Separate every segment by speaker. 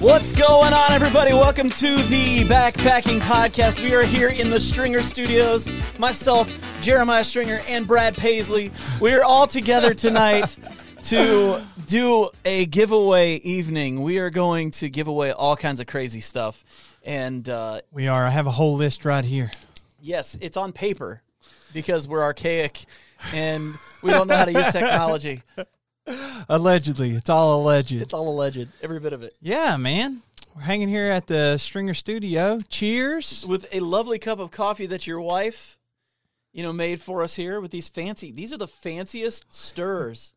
Speaker 1: What's going on, everybody? Welcome to the Backpacking Podcast. We are here in the Stringer Studios. Myself, Jeremiah Stringer, and Brad Paisley. We are all together tonight to do a giveaway evening. We are going to give away all kinds of crazy stuff. And uh,
Speaker 2: We are. I have a whole list right here.
Speaker 1: yes, it's on paper because we're archaic and we don't know how to use technology.
Speaker 2: Allegedly, it's all alleged.
Speaker 1: It's all alleged, every bit of it.
Speaker 2: yeah, man. We're hanging here at the Stringer Studio. Cheers.
Speaker 1: with a lovely cup of coffee that your wife, you know, made for us here with these fancy. These are the fanciest stirs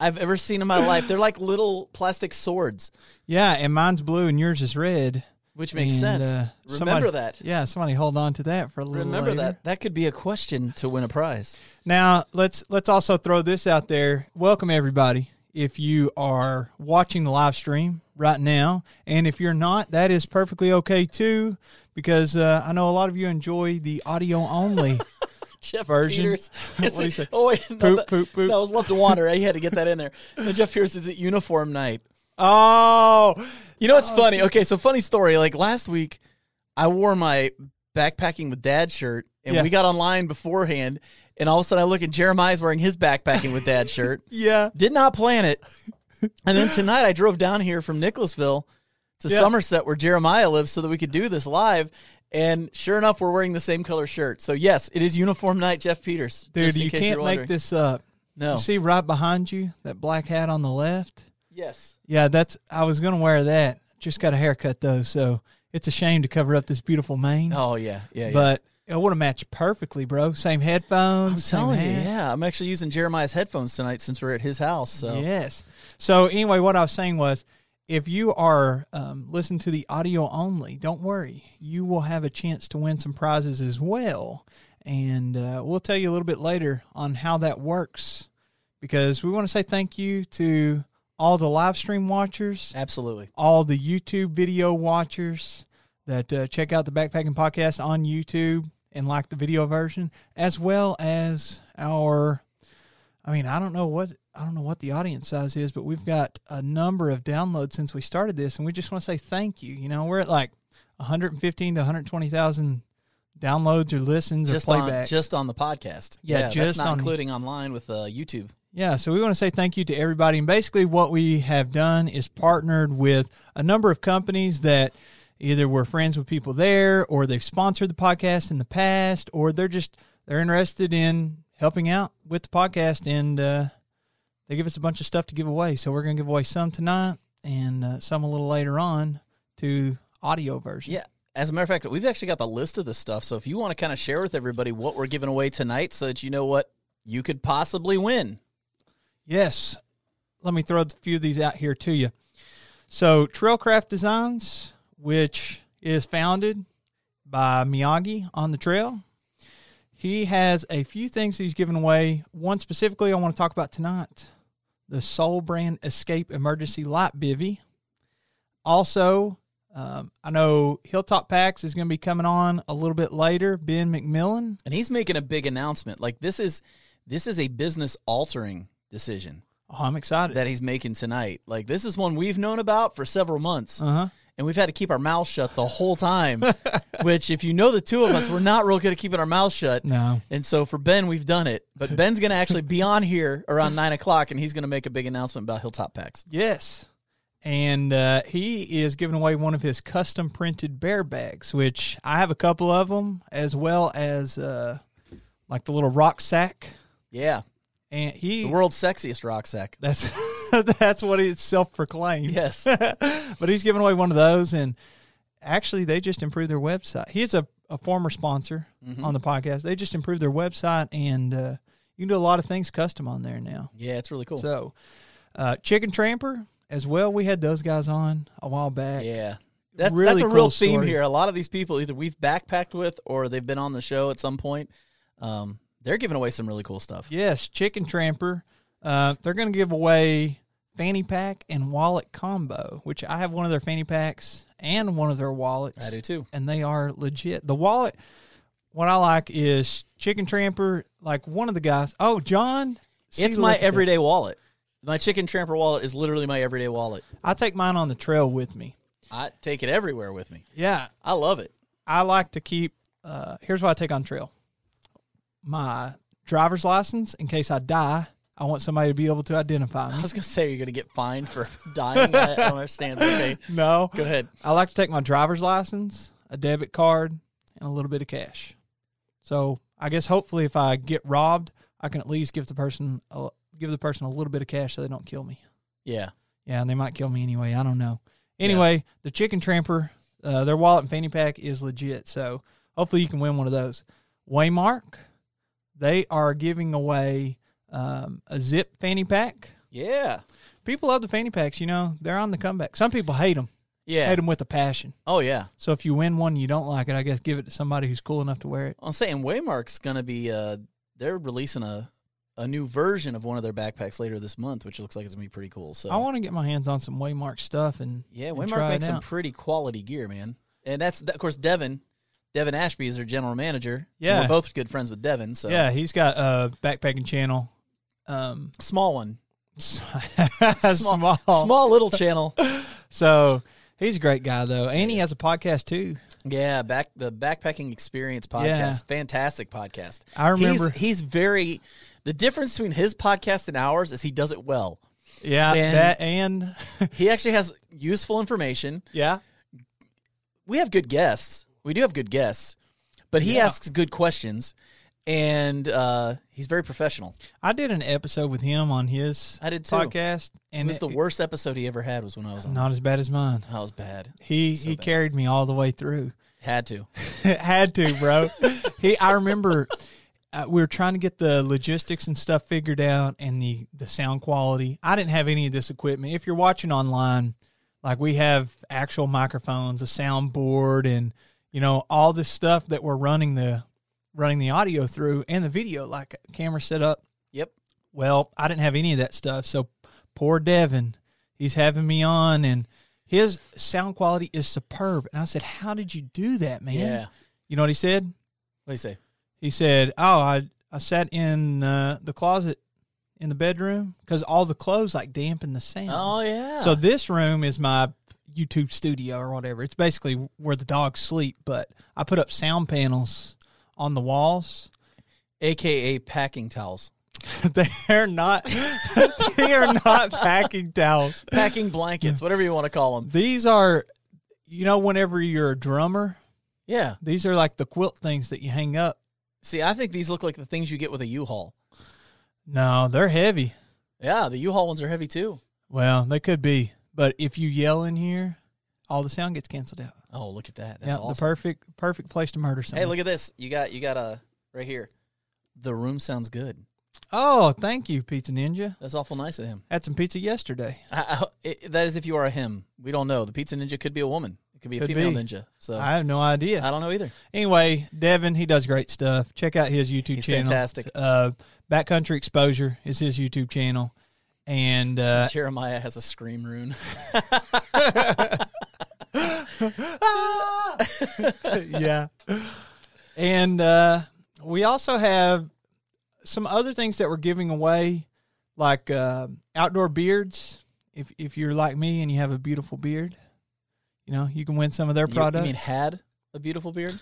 Speaker 1: I've ever seen in my life. They're like little plastic swords,
Speaker 2: Yeah, and mine's blue and yours is red.
Speaker 1: which makes
Speaker 2: And,
Speaker 1: sense.
Speaker 2: uh,
Speaker 1: Remember
Speaker 2: somebody-
Speaker 1: that.
Speaker 2: Yeah, somebody hold on to that for a little.
Speaker 1: Remember
Speaker 2: later.
Speaker 1: that. That could be a question to win a prize.
Speaker 2: Now let's let's also throw this out there. Welcome everybody. If you are watching the live stream right now, and if you're not, that is perfectly okay too, because uh, I know a lot of you enjoy the audio only.
Speaker 1: Jeff
Speaker 2: Version?
Speaker 1: Peters.
Speaker 2: What
Speaker 1: is
Speaker 2: do you
Speaker 1: it-
Speaker 2: say?
Speaker 1: Oh wait, no,
Speaker 2: Poop,
Speaker 1: that,
Speaker 2: poop, poop.
Speaker 1: That was love to wander. I had to get that in there. No, Jeff Pierce is at uniform night.
Speaker 2: oh,
Speaker 1: You know what's funny? Okay, so funny story. Like last week, I wore my backpacking with dad shirt, and
Speaker 2: Yeah.
Speaker 1: we got online beforehand, and all of a sudden I look and Jeremiah's wearing his backpacking with dad shirt.
Speaker 2: yeah.
Speaker 1: Did not plan it. And then tonight I drove down here from Nicholasville to
Speaker 2: Yeah.
Speaker 1: Somerset where Jeremiah lives so that we could do this live. And sure enough, we're wearing the same color shirt. So yes, it is uniform night, Jeff Peters.
Speaker 2: Dude,
Speaker 1: just in
Speaker 2: you
Speaker 1: case
Speaker 2: can't
Speaker 1: you're
Speaker 2: make
Speaker 1: wondering.
Speaker 2: this up.
Speaker 1: No.
Speaker 2: You see right behind you that black hat on the left?
Speaker 1: Yes.
Speaker 2: Yeah, that's I was gonna wear that. Just got a haircut though, so it's a shame to cover up this beautiful mane.
Speaker 1: Oh yeah. Yeah. yeah.
Speaker 2: But it would have matched perfectly, bro. Same headphones.
Speaker 1: I'm
Speaker 2: same
Speaker 1: telling you,
Speaker 2: hat.
Speaker 1: yeah. I'm actually using Jeremiah's headphones tonight since we're at his house. So
Speaker 2: Yes. So anyway, what I was saying was, if you are um, listening to the audio only, don't worry, you will have a chance to win some prizes as well, and uh, we'll tell you a little bit later on how that works, because we want to say thank you to all the live stream watchers,
Speaker 1: Absolutely.
Speaker 2: all the YouTube video watchers that uh, check out the Backpacking Podcast on YouTube and like the video version, as well as our. I mean, I don't know what I don't know what the audience size is, but we've got a number of downloads since we started this, and we just want to say thank you. You know, we're at like 115 to 120 thousand downloads or listens
Speaker 1: Just
Speaker 2: or
Speaker 1: on,
Speaker 2: playbacks.
Speaker 1: just on the podcast.
Speaker 2: Yeah,
Speaker 1: that's
Speaker 2: just
Speaker 1: not
Speaker 2: on-
Speaker 1: including online with uh, YouTube.
Speaker 2: Yeah, so we want to say thank you to everybody. And basically, what we have done is partnered with a number of companies that either we're friends with people there, or they've sponsored the podcast in the past, or they're just they're interested in helping out with the podcast, and uh, they give us a bunch of stuff to give away. So we're going to give away some tonight, and uh, some a little later on to audio version.
Speaker 1: Yeah. As a matter of fact, we've actually got the list of this stuff. So if you want to kind of share with everybody what we're giving away tonight so that you know what you could possibly win.
Speaker 2: Yes. Let me throw a few of these out here to you. So, Trailcraft Designs, which is founded by Miyagi on the trail, he has a few things he's given away. One specifically I want to talk about tonight the Soul Brand Escape Emergency Light Bivy. Also, um, I know Hilltop Packs is going to be coming on a little bit later. Ben McMillan.
Speaker 1: And he's making a big announcement. Like this is this is a business altering decision
Speaker 2: Oh, I'm excited.
Speaker 1: that he's making tonight. Like this is one we've known about for several months.
Speaker 2: Uh huh.
Speaker 1: and we've had to keep our mouths shut the whole time. which, if you know the two of us, we're not real good at keeping our mouths shut.
Speaker 2: No.
Speaker 1: And so for Ben, we've done it. But Ben's going to actually be on here around nine o'clock, and he's going to make a big announcement about Hilltop Packs.
Speaker 2: Yes. And uh, he is giving away one of his custom printed bear bags, which I have a couple of them, as well as uh, like the little rock sack.
Speaker 1: Yeah,
Speaker 2: And he
Speaker 1: the world's sexiest rock sack.
Speaker 2: that's that's what it's self proclaimed.
Speaker 1: Yes.
Speaker 2: but he's giving away one of those, and actually, they just improved their website. He's a, a former sponsor
Speaker 1: Mm-hmm.
Speaker 2: on the podcast. They just improved their website, and uh, you can do a lot of things custom on there now.
Speaker 1: Yeah, it's really cool.
Speaker 2: So, uh, Chicken Tramper as well. We had those guys on a while back.
Speaker 1: yeah, That's,
Speaker 2: really
Speaker 1: that's a
Speaker 2: cool
Speaker 1: real theme
Speaker 2: story.
Speaker 1: here. A lot of these people either we've backpacked with or they've been on the show at some point. Um, they're giving away some really cool stuff.
Speaker 2: Yes, Chicken Tramper. Uh, they're going to give away fanny pack and wallet combo, which I have one of their fanny packs and one of their wallets.
Speaker 1: I do too.
Speaker 2: and they are legit. The wallet, what I like is Chicken Tramper. Like one of the guys, oh John, see,
Speaker 1: it's my
Speaker 2: look at
Speaker 1: everyday wallet. My chicken tramper wallet is literally my everyday wallet.
Speaker 2: that. I take mine on the trail with me.
Speaker 1: I take it everywhere with me.
Speaker 2: Yeah,
Speaker 1: I love it.
Speaker 2: I like to keep. Uh, here's what I take on trail: my driver's license in case I die. I want somebody to be able to identify
Speaker 1: I
Speaker 2: me.
Speaker 1: was gonna say you're gonna get fined for dying. I don't understand. Okay,
Speaker 2: No,
Speaker 1: go ahead.
Speaker 2: I like to take my driver's license, a debit card, and a little bit of cash. So I guess hopefully, if I get robbed, I can at least give the person a, give the person a little bit of cash so they don't kill me.
Speaker 1: Yeah,
Speaker 2: Yeah, and they might kill me anyway. I don't know. Anyway, the chicken tramper, uh, their wallet and fanny pack is legit. So hopefully you can win one of those. Waymark, they are giving away um, a zip fanny pack.
Speaker 1: yeah,
Speaker 2: People love the fanny packs. You know, they're on the comeback. Some people hate them, Hate
Speaker 1: yeah.
Speaker 2: 'em with a passion.
Speaker 1: Oh yeah.
Speaker 2: So if you win one, you don't like it. I guess give it to somebody who's cool enough to wear it.
Speaker 1: I'm saying Waymark's gonna be. Uh, they're releasing a a new version of one of their backpacks later this month, which looks like it's gonna be pretty cool. So
Speaker 2: I want to get my hands on some Waymark stuff and
Speaker 1: Yeah,
Speaker 2: and
Speaker 1: Waymark
Speaker 2: try
Speaker 1: makes
Speaker 2: it
Speaker 1: some
Speaker 2: out.
Speaker 1: pretty quality gear, man. And that's of course Devin. Devin Ashby is their general manager. And
Speaker 2: Yeah.
Speaker 1: we're both good friends with Devin. So
Speaker 2: Yeah, he's got a backpacking channel. Um,
Speaker 1: small one,
Speaker 2: small,
Speaker 1: small little channel.
Speaker 2: So he's a great guy though, and he has a podcast too.
Speaker 1: Yeah, back the backpacking experience podcast,
Speaker 2: Yeah.
Speaker 1: fantastic podcast.
Speaker 2: I remember-
Speaker 1: he's, he's very. The difference between his podcast and ours is he does it well.
Speaker 2: Yeah,
Speaker 1: And-
Speaker 2: that and
Speaker 1: He actually has useful information.
Speaker 2: yeah,
Speaker 1: we have good guests. We do have good guests, but he
Speaker 2: Yeah.
Speaker 1: asks good questions, and uh, he's very professional.
Speaker 2: I did an episode with him on his
Speaker 1: I did too.
Speaker 2: podcast,
Speaker 1: It
Speaker 2: and
Speaker 1: was the worst episode he ever had was when I was on.
Speaker 2: Not as bad as mine.
Speaker 1: That was bad.
Speaker 2: He
Speaker 1: So
Speaker 2: he
Speaker 1: bad.
Speaker 2: carried me all the way through.
Speaker 1: Had to.
Speaker 2: Had to, bro. he I remember. Uh, we were trying to get the logistics and stuff figured out and the, the sound quality. I didn't have any of this equipment. If you're watching online, like we have actual microphones, a soundboard, and you know all this stuff that we're running the running the audio through and the video, like camera set up.
Speaker 1: Yep.
Speaker 2: Well, I didn't have any of that stuff. So poor Devin, he's having me on and his sound quality is superb. And I said, How did you do that, man?
Speaker 1: Yeah.
Speaker 2: You know what he said?
Speaker 1: What do you say?
Speaker 2: He said, Oh, I, I sat in uh, the closet in the bedroom because all the clothes like dampen the sound.
Speaker 1: Oh yeah.
Speaker 2: So this room is my YouTube studio or whatever. It's basically where the dogs sleep, but I put up sound panels on the walls.
Speaker 1: AKA packing towels,
Speaker 2: They're not they are not packing towels.
Speaker 1: packing blankets, whatever you want to call them.
Speaker 2: These are, you know, whenever you're a drummer,
Speaker 1: Yeah.
Speaker 2: these are like the quilt things that you hang up.
Speaker 1: See, I think these look like the things you get with a U-Haul.
Speaker 2: No, they're heavy.
Speaker 1: Yeah, the U-Haul ones are heavy too.
Speaker 2: Well, they could be, but if you yell in here, all the sound gets canceled out.
Speaker 1: Oh, look at that. That's
Speaker 2: Yeah, the
Speaker 1: awesome.
Speaker 2: perfect perfect place to murder someone.
Speaker 1: hey, look at this. You got you got a right here. The room sounds good.
Speaker 2: oh, thank you, Pizza Ninja.
Speaker 1: That's awful nice of him.
Speaker 2: Had some pizza yesterday.
Speaker 1: I, I, it, that is if you are a him. We don't know. The pizza ninja could be a woman. It could be
Speaker 2: Could
Speaker 1: a female
Speaker 2: be.
Speaker 1: ninja. So Uh,
Speaker 2: I
Speaker 1: I,
Speaker 2: have no idea.
Speaker 1: don't know either.
Speaker 2: Anyway, Devin, he does great stuff. Check out his YouTube
Speaker 1: He's
Speaker 2: channel.
Speaker 1: fantastic.
Speaker 2: Uh, Backcountry Exposure is his YouTube channel, and uh,
Speaker 1: Jeremiah has a scream rune.
Speaker 2: yeah. And uh, we also have some other things that we're giving away, like uh, outdoor beards. If if you're like me and you have a beautiful beard, you know you can win some of their
Speaker 1: You, you
Speaker 2: products.
Speaker 1: mean had a beautiful beard?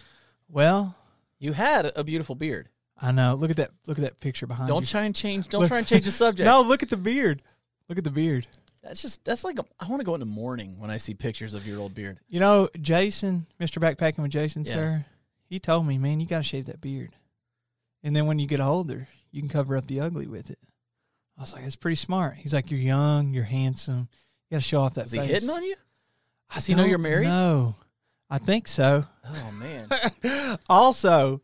Speaker 2: well,
Speaker 1: You had a beautiful beard.
Speaker 2: I know. Look at that. Look at that picture behind
Speaker 1: Don't
Speaker 2: Uh, you.
Speaker 1: try and change. Don't try and change the subject.
Speaker 2: No, look at the beard. Look at the beard.
Speaker 1: that's just that's like a, I want to go into mourning when I see pictures of your old beard.
Speaker 2: You know, Jason, Mr. Backpacking with Jason,
Speaker 1: Yeah.
Speaker 2: sir, he told me, man, you got to shave that beard. And then when you get older, you can cover up the ugly with it. I was like, that's pretty smart. He's like, you're young, you're handsome. You got to show off that
Speaker 1: Is he
Speaker 2: face.
Speaker 1: hitting on you?
Speaker 2: I
Speaker 1: Does he know
Speaker 2: don't
Speaker 1: you're married?
Speaker 2: No. I think so.
Speaker 1: Oh man.
Speaker 2: Also,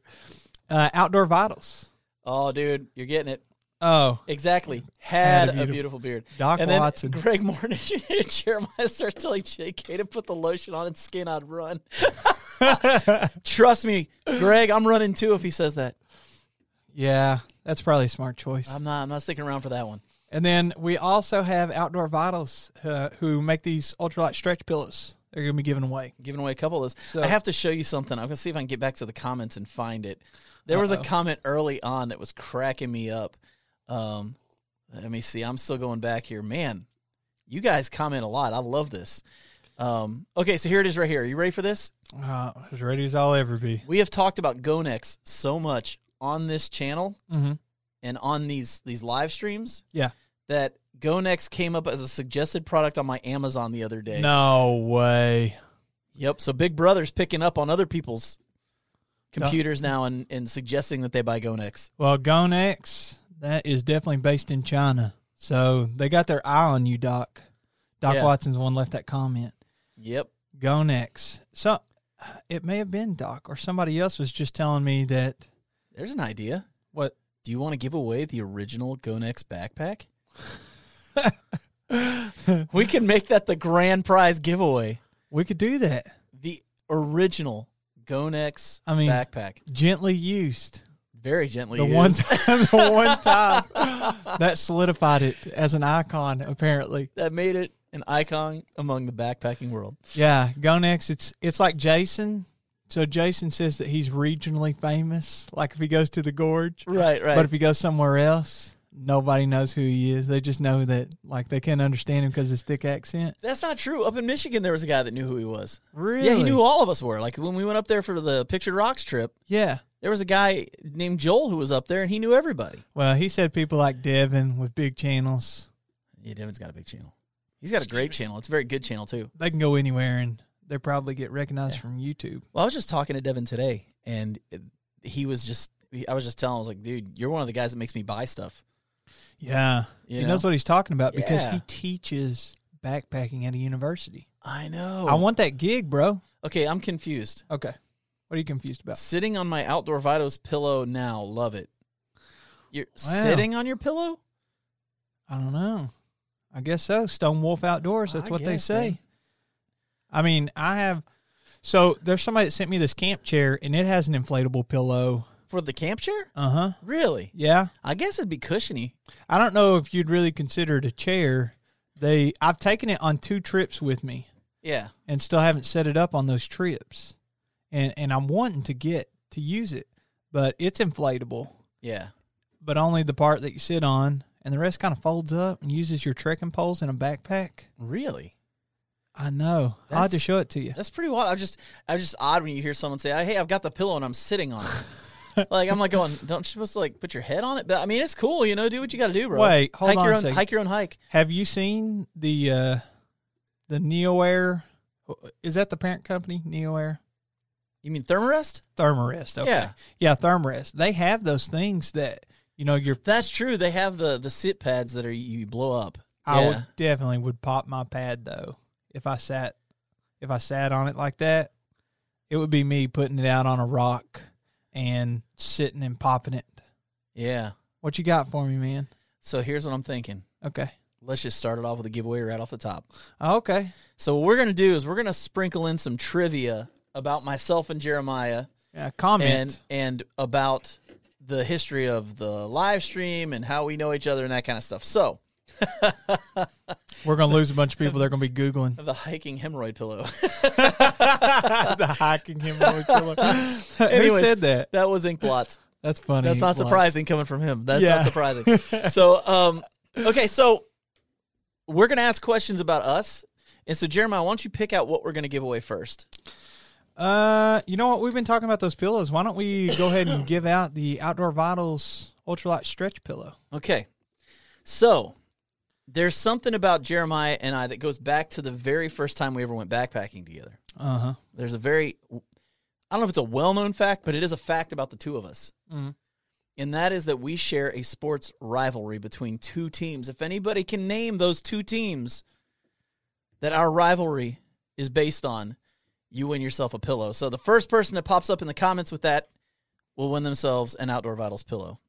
Speaker 2: uh, Outdoor Vitals.
Speaker 1: oh dude, you're getting it.
Speaker 2: Oh,
Speaker 1: Exactly. Had,
Speaker 2: a
Speaker 1: a,
Speaker 2: beautiful-
Speaker 1: beautiful, beard.
Speaker 2: Doc
Speaker 1: and then
Speaker 2: Watson.
Speaker 1: Greg Morton and Jeremiah start telling JK to put the lotion on its skin, I'd run. Trust me, Greg, I'm running too if he says that.
Speaker 2: yeah, that's probably a smart choice.
Speaker 1: I'm not I'm not sticking around for that one.
Speaker 2: and then we also have Outdoor Vitals uh, who make these ultralight stretch pillows. They're going to be given away.
Speaker 1: Giving away a couple of those. I have to show you something. I'm gonna see if I can get back to the comments and find it. There was a comment early on that was cracking me up. Um, let me see. I'm still going back here. Man, you guys comment a lot. I love this. Um, okay, so here it is right here. Are you ready for this?
Speaker 2: Uh, as ready as I'll ever be.
Speaker 1: we have talked about Gonex so much on this channel
Speaker 2: Mm-hmm.
Speaker 1: and on these these live streams
Speaker 2: Yeah.
Speaker 1: that Gonex came up as a suggested product on my Amazon the other day.
Speaker 2: No way.
Speaker 1: Yep. So Big Brother's picking up on other people's computers now and, and suggesting that they buy Gonex.
Speaker 2: Well, Gonex, that is definitely based in China. So they got their eye on you, Doc. Doc
Speaker 1: Yeah.
Speaker 2: Watson's the one left that comment.
Speaker 1: Yep.
Speaker 2: Gonex. So it may have been Doc or somebody else was just telling me that
Speaker 1: There's an idea.
Speaker 2: what
Speaker 1: Do you want to give away the original Gonex backpack? we can make that the grand prize giveaway.
Speaker 2: we could do that.
Speaker 1: The original Gonex
Speaker 2: I mean-
Speaker 1: backpack.
Speaker 2: Gently used.
Speaker 1: Very gently
Speaker 2: The
Speaker 1: used.
Speaker 2: one time the one time that solidified it as an icon, apparently.
Speaker 1: that made it an icon among the backpacking world.
Speaker 2: Yeah, Gonex, it's it's like Jason. So Jason says that he's regionally famous, like if he goes to the gorge.
Speaker 1: Right, right.
Speaker 2: But if he goes somewhere else, nobody knows who he is. They just know that, like, they can't understand him because his thick accent.
Speaker 1: That's not true. Up in Michigan, there was a guy that knew who he was.
Speaker 2: Really?
Speaker 1: Yeah, he knew who all of us were. Like when we went up there for the Pictured Rocks trip,
Speaker 2: Yeah.
Speaker 1: there was a guy named Joel who was up there, and he knew everybody.
Speaker 2: Well, he said people like Devin with big channels,
Speaker 1: Yeah, Devin's got a big channel. He's got a great channel. It's a very good channel too.
Speaker 2: they can go anywhere and they probably get recognized from YouTube.
Speaker 1: Well, I was just talking to Devin today, and he was just. I was just telling. him, I was like, dude, you're one of the guys that makes me buy stuff.
Speaker 2: Yeah.
Speaker 1: You
Speaker 2: he knows
Speaker 1: know?
Speaker 2: what he's talking about because
Speaker 1: Yeah.
Speaker 2: he teaches backpacking at a university.
Speaker 1: I know.
Speaker 2: I want that gig, bro.
Speaker 1: okay, I'm confused.
Speaker 2: Okay. What are you confused about?
Speaker 1: Sitting on my outdoor Vito's pillow now. Love it. You're
Speaker 2: Wow.
Speaker 1: sitting on your pillow?
Speaker 2: I don't know. I guess so. Stone Wolf Outdoors. That's
Speaker 1: I
Speaker 2: what they
Speaker 1: guess,
Speaker 2: say.
Speaker 1: man.
Speaker 2: I mean, I have. So there's somebody that sent me this camp chair, and it has an inflatable pillow.
Speaker 1: For the camp chair?
Speaker 2: Uh huh.
Speaker 1: Really?
Speaker 2: Yeah.
Speaker 1: I guess it'd be cushiony.
Speaker 2: I don't know if you'd really consider it a chair. They, I've taken it on two trips with me,
Speaker 1: Yeah.
Speaker 2: and still haven't set it up on those trips, and and I'm wanting to get to use it, but it's inflatable,
Speaker 1: Yeah.
Speaker 2: but only the part that you sit on, and the rest kind of folds up and uses your trekking poles in a backpack.
Speaker 1: Really?
Speaker 2: I know. I'll have to
Speaker 1: That's-
Speaker 2: show it to you.
Speaker 1: That's pretty wild. I just I just odd when you hear someone say, "Hey, I've got the pillow and I'm sitting on it." like I'm like going, "Don't you supposed to like put your head on it?" But I mean, it's cool, you know. Do what you got to do, bro.
Speaker 2: Wait, hold
Speaker 1: hike
Speaker 2: on
Speaker 1: your
Speaker 2: a
Speaker 1: own
Speaker 2: second.
Speaker 1: hike your own hike.
Speaker 2: Have you seen the uh the NeoAir? Is that the parent company, NeoAir?
Speaker 1: You mean Thermarest?
Speaker 2: Thermarest. Okay.
Speaker 1: Yeah.
Speaker 2: Yeah, Thermarest. They have those things that you know your
Speaker 1: That's true. They have the the sit pads that are you blow up.
Speaker 2: I
Speaker 1: yeah.
Speaker 2: would definitely would pop my pad though if I sat if I sat on it like that. It would be me putting it out on a rock and sitting and popping it.
Speaker 1: Yeah.
Speaker 2: What you got for me, man?
Speaker 1: So here's what I'm thinking.
Speaker 2: Okay.
Speaker 1: Let's just start it off with a giveaway right off the top.
Speaker 2: Okay.
Speaker 1: So what we're gonna do is we're gonna sprinkle in some trivia about myself and Jeremiah,
Speaker 2: Yeah, comment.
Speaker 1: and and about the history of the live stream and how we know each other and that kind of stuff. So
Speaker 2: We're gonna lose a bunch of people. They're gonna be googling.
Speaker 1: the hiking hemorrhoid pillow.
Speaker 2: the hiking hemorrhoid killer. Who
Speaker 1: Anyways,
Speaker 2: said that?
Speaker 1: that was ink blots.
Speaker 2: That's funny.
Speaker 1: That's not
Speaker 2: Lance.
Speaker 1: surprising coming from him. That's
Speaker 2: Yeah.
Speaker 1: not surprising. so um, okay, so we're gonna ask questions about us. And so Jeremiah, why don't you pick out what we're gonna give away first?
Speaker 2: Uh, you know what? We've been talking about those pillows. Why don't we go ahead and give out the Outdoor Vitals Ultralight Stretch Pillow?
Speaker 1: Okay. So there's something about Jeremiah and I that goes back to the very first time we ever went backpacking together.
Speaker 2: Uh huh.
Speaker 1: There's a very, I don't know if it's a well known fact, but it is a fact about the two of us.
Speaker 2: Mhm.
Speaker 1: And that is that we share a sports rivalry between two teams. If anybody can name those two teams that our rivalry is based on, you win yourself a pillow. So the first person that pops up in the comments with that will win themselves an Outdoor Vitals pillow.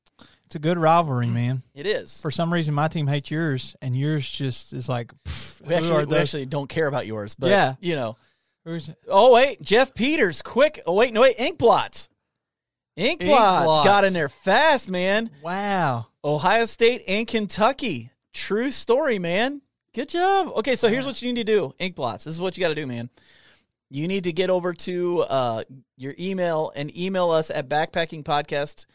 Speaker 2: It's a good rivalry, man.
Speaker 1: It is.
Speaker 2: For some reason, my team hates yours, and yours just is like, pff,
Speaker 1: we
Speaker 2: who are
Speaker 1: actually, we
Speaker 2: those?
Speaker 1: actually don't care about yours, but
Speaker 2: Yeah.
Speaker 1: you know.
Speaker 2: Who's-
Speaker 1: Oh wait, Jeff Peters, quick! Oh wait, no wait, ink blots. Ink
Speaker 2: Ink
Speaker 1: blots
Speaker 2: blots.
Speaker 1: got in there fast, man.
Speaker 2: wow.
Speaker 1: Ohio State and Kentucky. True story, man. Good job. Okay, so here's what you need to do. Ink blots. This is what you got to do, man. You need to get over to uh, your email and email us at backpackingpodcast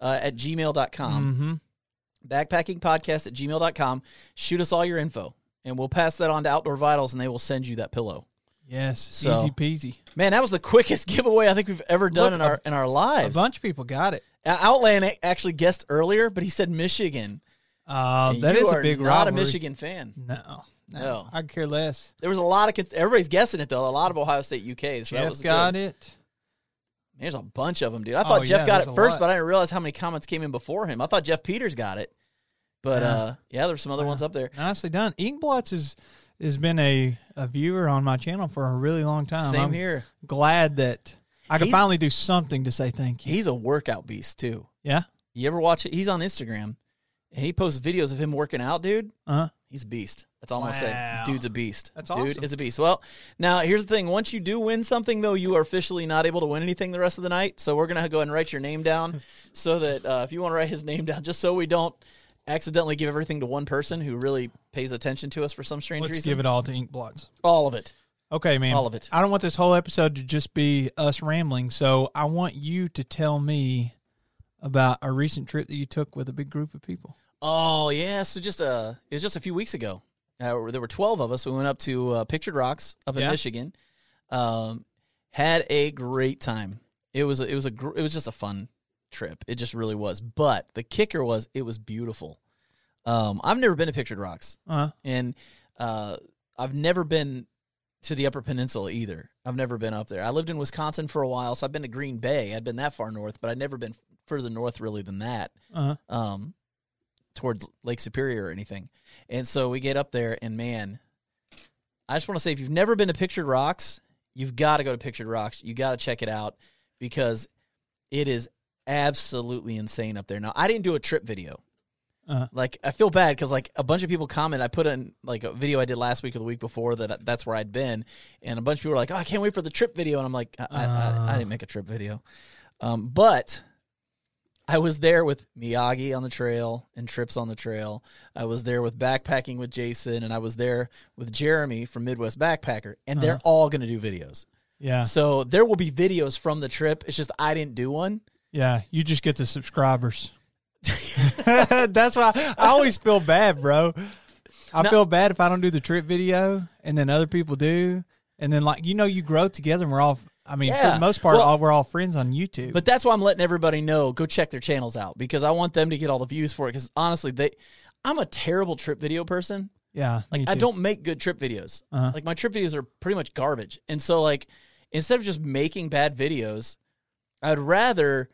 Speaker 1: uh, at gmail.com.
Speaker 2: Mm-hmm.
Speaker 1: Backpackingpodcast at gmail.com. Shoot us all your info, and we'll pass that on to Outdoor Vitals, and they will send you that pillow.
Speaker 2: Yes.
Speaker 1: So,
Speaker 2: easy peasy.
Speaker 1: Man, that was the quickest giveaway I think we've ever done
Speaker 2: Look,
Speaker 1: in our in our
Speaker 2: A
Speaker 1: lives.
Speaker 2: bunch of people got it.
Speaker 1: Uh, Outland a- actually guessed earlier, but he said Michigan.
Speaker 2: Uh,
Speaker 1: And
Speaker 2: that
Speaker 1: you
Speaker 2: is a
Speaker 1: are
Speaker 2: big
Speaker 1: not
Speaker 2: rivalry.
Speaker 1: a Michigan fan.
Speaker 2: No, no,
Speaker 1: No.
Speaker 2: I could care less.
Speaker 1: There was a lot of cons- everybody's guessing it though. A lot of Ohio State UK. So that was
Speaker 2: Jeff got
Speaker 1: good.
Speaker 2: it.
Speaker 1: There's a bunch of them, dude. I thought
Speaker 2: Oh,
Speaker 1: Jeff
Speaker 2: yeah,
Speaker 1: got
Speaker 2: there's
Speaker 1: it
Speaker 2: a
Speaker 1: first,
Speaker 2: lot.
Speaker 1: but I didn't realize how many comments came in before him. I thought Jeff Peters got it, but
Speaker 2: Yeah.
Speaker 1: uh, yeah, there's some other ones
Speaker 2: Wow.
Speaker 1: up there.
Speaker 2: Nicely done. Inkblots is has been a, a viewer on my channel for a really long time.
Speaker 1: Same
Speaker 2: I'm
Speaker 1: here.
Speaker 2: Glad that I could
Speaker 1: He's-
Speaker 2: finally do something to say thank you.
Speaker 1: He's a workout beast too.
Speaker 2: yeah.
Speaker 1: You ever watch it? He's on Instagram, and he posts videos of him working out, dude.
Speaker 2: Uh huh.
Speaker 1: He's a beast. That's all I'm gonna
Speaker 2: Wow.
Speaker 1: say. Dude's a beast.
Speaker 2: That's
Speaker 1: Dude
Speaker 2: awesome.
Speaker 1: is a beast. Well, now here's the thing. Once you do win something, though, you are officially not able to win anything the rest of the night. So we're gonna go ahead and write your name down, so that uh, if you want to write his name down, just so we don't accidentally give everything to one person who really pays attention to us for some strange
Speaker 2: Let's
Speaker 1: reason.
Speaker 2: give it all to Inkblots.
Speaker 1: all of it.
Speaker 2: Okay, man.
Speaker 1: All of it.
Speaker 2: I don't want this whole episode to just be us rambling, so I want you to tell me about a recent trip that you took with a big group of people.
Speaker 1: Oh yeah. So just uh, it was just a few weeks ago. Uh, there were twelve of us. We went up to uh, Pictured Rocks up in
Speaker 2: Yeah.
Speaker 1: Michigan. Um, had a great time. It was a, it was a gr- it was just a fun trip. It just really was. But the kicker was it was beautiful. Um, I've never been to Pictured Rocks,
Speaker 2: Uh,
Speaker 1: and uh, I've never been to the Upper Peninsula either. I've never been up there. I lived in Wisconsin for a while, so I've been to Green Bay. I'd been that far north, but I'd never been further north really than that
Speaker 2: uh,
Speaker 1: um, towards Lake Superior or anything. And so we get up there, and man, I just want to say if you've never been to Pictured Rocks, you've got to go to Pictured Rocks. You got to check it out because it is absolutely insane up there. Now, I didn't do a trip video.
Speaker 2: Uh-huh.
Speaker 1: Like I feel bad because like a bunch of people comment. I put in like a video I did last week or the week before that that's where I'd been, and a bunch of people were like, "Oh, I can't wait for the trip video," and I'm like, "I, I, I, I
Speaker 2: Uh.
Speaker 1: didn't make a trip video," um, but I was there with Miyagi on the trail and trips on the trail. I was there with backpacking with Jason, and I was there with Jeremy from Midwest Backpacker, and they're
Speaker 2: Uh-huh.
Speaker 1: all going to do videos.
Speaker 2: yeah,
Speaker 1: So there will be videos from the trip. It's just I didn't do one.
Speaker 2: yeah. You just get the subscribers. That's why I always feel bad, bro. I
Speaker 1: No.
Speaker 2: feel bad if I don't do the trip video, and then other people do, and then like you know, you grow together, and we're all. I mean, for
Speaker 1: Yeah.
Speaker 2: the most part,
Speaker 1: Well-
Speaker 2: all, we're all friends on YouTube.
Speaker 1: But that's why I'm letting everybody know. Go check their channels out because I want them to get all the views for it. Because honestly, they, I'm a terrible trip video person.
Speaker 2: yeah, me
Speaker 1: Like I
Speaker 2: too.
Speaker 1: don't make good trip videos.
Speaker 2: Uh-huh.
Speaker 1: Like my trip videos are pretty much garbage. And so like instead of just making bad videos, I'd rather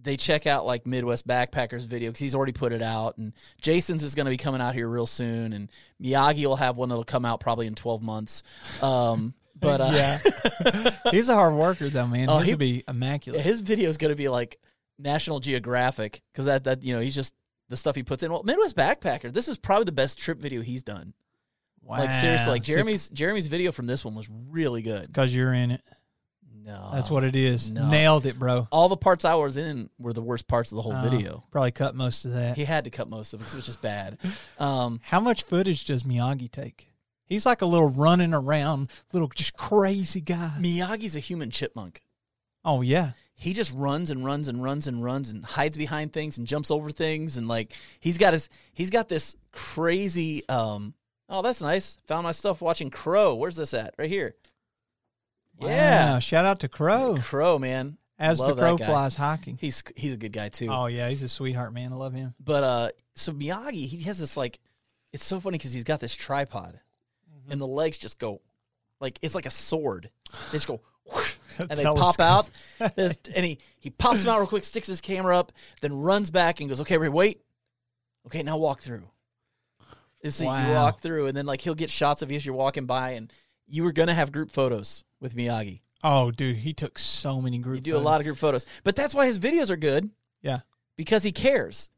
Speaker 1: they check out like Midwest Backpackers video because he's already put it out, and Jason's is going to be coming out here real soon, and Miyagi will have one that'll come out probably in twelve months. Um, but uh,
Speaker 2: yeah, he's a hard worker though, man.
Speaker 1: Oh,
Speaker 2: His
Speaker 1: he-
Speaker 2: would be immaculate.
Speaker 1: his video is going to be like National Geographic because that that you know he's just the stuff he puts in. Well, Midwest Backpacker, this is probably the best trip video he's done. Like seriously, like Jeremy's Jeremy's video from this one was really good.
Speaker 2: because you're in it.
Speaker 1: No,
Speaker 2: That's what it is.
Speaker 1: Oh, no.
Speaker 2: Nailed it, bro.
Speaker 1: all the parts I was in were the worst parts of the whole
Speaker 2: Uh,
Speaker 1: video.
Speaker 2: Probably cut most of that.
Speaker 1: He had to cut most of it 'cause it was just bad. Um,
Speaker 2: How much footage does Miyagi take? He's like a little running around, little just crazy guy.
Speaker 1: Miyagi's a human chipmunk.
Speaker 2: oh yeah,
Speaker 1: He just runs and runs and runs and runs and hides behind things and jumps over things and like he's got his he's got this crazy. Um, oh, that's nice. Found my stuff watching Crow. Where's this at? Right here.
Speaker 2: Wow.
Speaker 1: Yeah,
Speaker 2: Shout out to Crow
Speaker 1: Crow man.
Speaker 2: as the
Speaker 1: Love that
Speaker 2: crow
Speaker 1: guy.
Speaker 2: flies hiking.
Speaker 1: He's he's a good guy too.
Speaker 2: Oh yeah, he's a sweetheart, man. I love him.
Speaker 1: But uh, so Miyagi, he has this like, it's so funny because he's got this tripod, and the legs just go, like it's like a sword. They just go, whoosh, and they pop
Speaker 2: Telescope.
Speaker 1: out. There's, and he he pops them out real quick, sticks his camera up, then runs back and goes, okay, wait, wait, okay, now walk through. And so you
Speaker 2: Wow.
Speaker 1: walk through, and then like he'll get shots of you as you're walking by, and you were gonna have group photos with Miyagi.
Speaker 2: Oh dude, he took so many groups.
Speaker 1: You do a lot of group photos, but that's why his videos are good
Speaker 2: yeah,
Speaker 1: because he cares.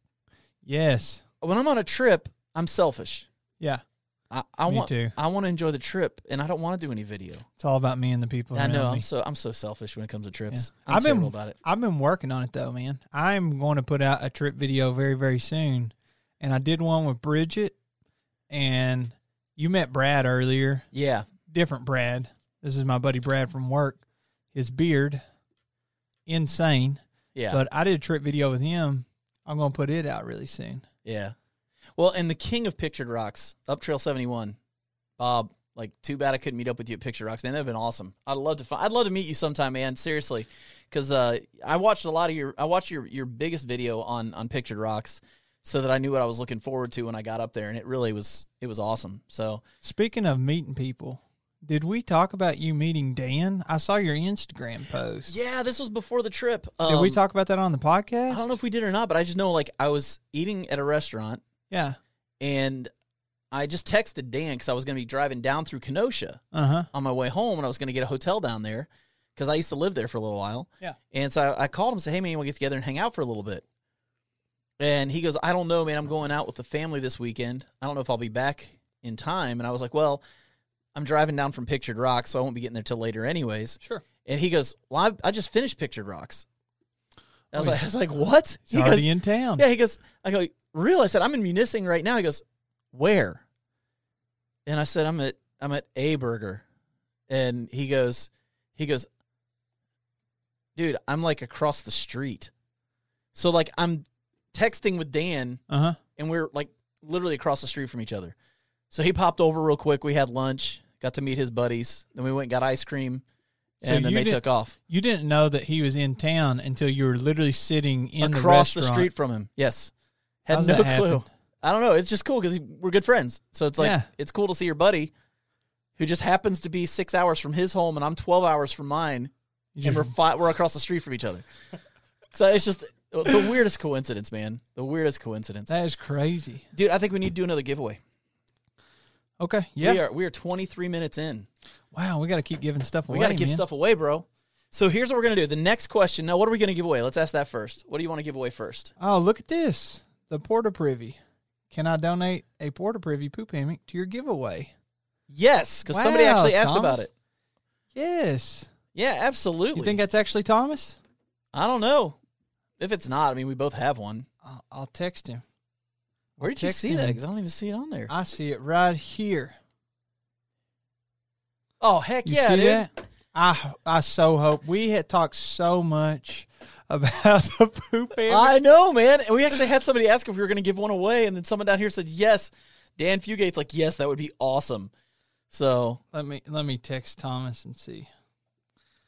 Speaker 2: Yes.
Speaker 1: When I'm on a trip, I'm selfish.
Speaker 2: Yeah.
Speaker 1: I, I
Speaker 2: Me
Speaker 1: want
Speaker 2: too.
Speaker 1: I want to enjoy the trip, and I don't want to do any video.
Speaker 2: It's all about me and the people.
Speaker 1: I
Speaker 2: around
Speaker 1: know
Speaker 2: Me.
Speaker 1: I'm so I'm so selfish when it comes to
Speaker 2: Yeah.
Speaker 1: trips. I'm
Speaker 2: I've been
Speaker 1: terrible about it.
Speaker 2: I've been working on it though, man. I'm going to put out a trip video very very soon, and I did one with Bridget, and you met Brad earlier.
Speaker 1: Yeah,
Speaker 2: Different Brad. This is my buddy Brad from work. His beard, insane.
Speaker 1: yeah,
Speaker 2: But I did a trip video with him. I'm going to put it out really soon.
Speaker 1: yeah. Well, and the king of pictured rocks, up trail seventy one, Bob. Like, too bad I couldn't meet up with you at Picture Rocks, man. That'd been awesome. I'd love to. Fi- I'd love to meet you sometime, man. Seriously, because uh, I watched a lot of your. I watched your your biggest video on on Pictured Rocks, so that I knew what I was looking forward to when I got up there, and it really was it was awesome. So
Speaker 2: Speaking of meeting people, did we talk about you meeting Dan? I saw your Instagram post.
Speaker 1: yeah, this was before the trip.
Speaker 2: Did we
Speaker 1: Um,
Speaker 2: talk about that on the podcast?
Speaker 1: I don't know if we did or not, but I just know like I was eating at a restaurant
Speaker 2: yeah.
Speaker 1: and I just texted Dan because I was going to be driving down through Kenosha
Speaker 2: Uh huh.
Speaker 1: on my way home and I was going to get a hotel down there because I used to live there for a little while.
Speaker 2: Yeah.
Speaker 1: And so I, I called him and said, hey, man, we'll get together and hang out for a little bit. And he goes, I don't know, man. I'm going out with the family this weekend. I don't know if I'll be back in time. And I was like, well, I'm driving down from Pictured Rock, so I won't be getting there till later, anyways.
Speaker 2: Sure.
Speaker 1: And he goes, Well, I, I just finished Pictured Rocks. I was,
Speaker 2: Oh,
Speaker 1: like, I was like, What? He
Speaker 2: He's
Speaker 1: goes,
Speaker 2: already in town.
Speaker 1: Um, Yeah, he goes, I go, Real? I said, I'm in Munising right now. He goes, Where? And I said, I'm at I'm at A Burger. And he goes, he goes, Dude, I'm like across the street. So like I'm texting with Dan
Speaker 2: Uh huh.
Speaker 1: and we're like literally across the street from each other. So he popped over real quick. We had lunch, got to meet his buddies. Then we went and got ice cream,
Speaker 2: So
Speaker 1: and then
Speaker 2: you
Speaker 1: they
Speaker 2: didn't-
Speaker 1: took off
Speaker 2: You didn't know that he was in town until you were literally sitting in
Speaker 1: across
Speaker 2: the
Speaker 1: the,
Speaker 2: restaurant.
Speaker 1: street from him. Yes, had
Speaker 2: How's
Speaker 1: no
Speaker 2: that happen?
Speaker 1: clue. I don't know. It's just cool because we're good friends. So it's like
Speaker 2: Yeah.
Speaker 1: it's cool to see your buddy, who just happens to be six hours from his home, and I'm twelve hours from mine,
Speaker 2: You
Speaker 1: and
Speaker 2: just-
Speaker 1: we're fi- we're across the street from each other. so it's just the weirdest coincidence, man. The weirdest coincidence,
Speaker 2: that is crazy.
Speaker 1: dude. I think we need to do another giveaway.
Speaker 2: Okay. Yeah.
Speaker 1: We are we are 23 minutes in.
Speaker 2: wow. We got to keep giving stuff away.
Speaker 1: We got to give
Speaker 2: man.
Speaker 1: stuff away, bro. So here's what we're gonna do. The next question. Now, what are we gonna give away? Let's ask that first. What do you want to give away first?
Speaker 2: Oh, look at this. The Porta Privy. Can I donate a Porta Privy poop hammock to your giveaway?
Speaker 1: Yes, because somebody
Speaker 2: Wow,
Speaker 1: actually asked
Speaker 2: Thomas.
Speaker 1: about it.
Speaker 2: Yes.
Speaker 1: Yeah, absolutely.
Speaker 2: You think that's actually Thomas?
Speaker 1: I don't know if it's not. I mean, we both have one.
Speaker 2: I'll, I'll text him.
Speaker 1: Where did you
Speaker 2: Text
Speaker 1: see that?
Speaker 2: him.
Speaker 1: 'Cause I don't even see it on there.
Speaker 2: I see it right here.
Speaker 1: oh heck
Speaker 2: You
Speaker 1: yeah,
Speaker 2: see
Speaker 1: dude.
Speaker 2: that? I I so hope we had talked so much about the poop hammock.
Speaker 1: I know, man. And we actually had somebody ask if we were gonna give one away, and then someone down here said yes. Dan Fugate's like, yes, that would be awesome. So
Speaker 2: let me let me text Thomas and see.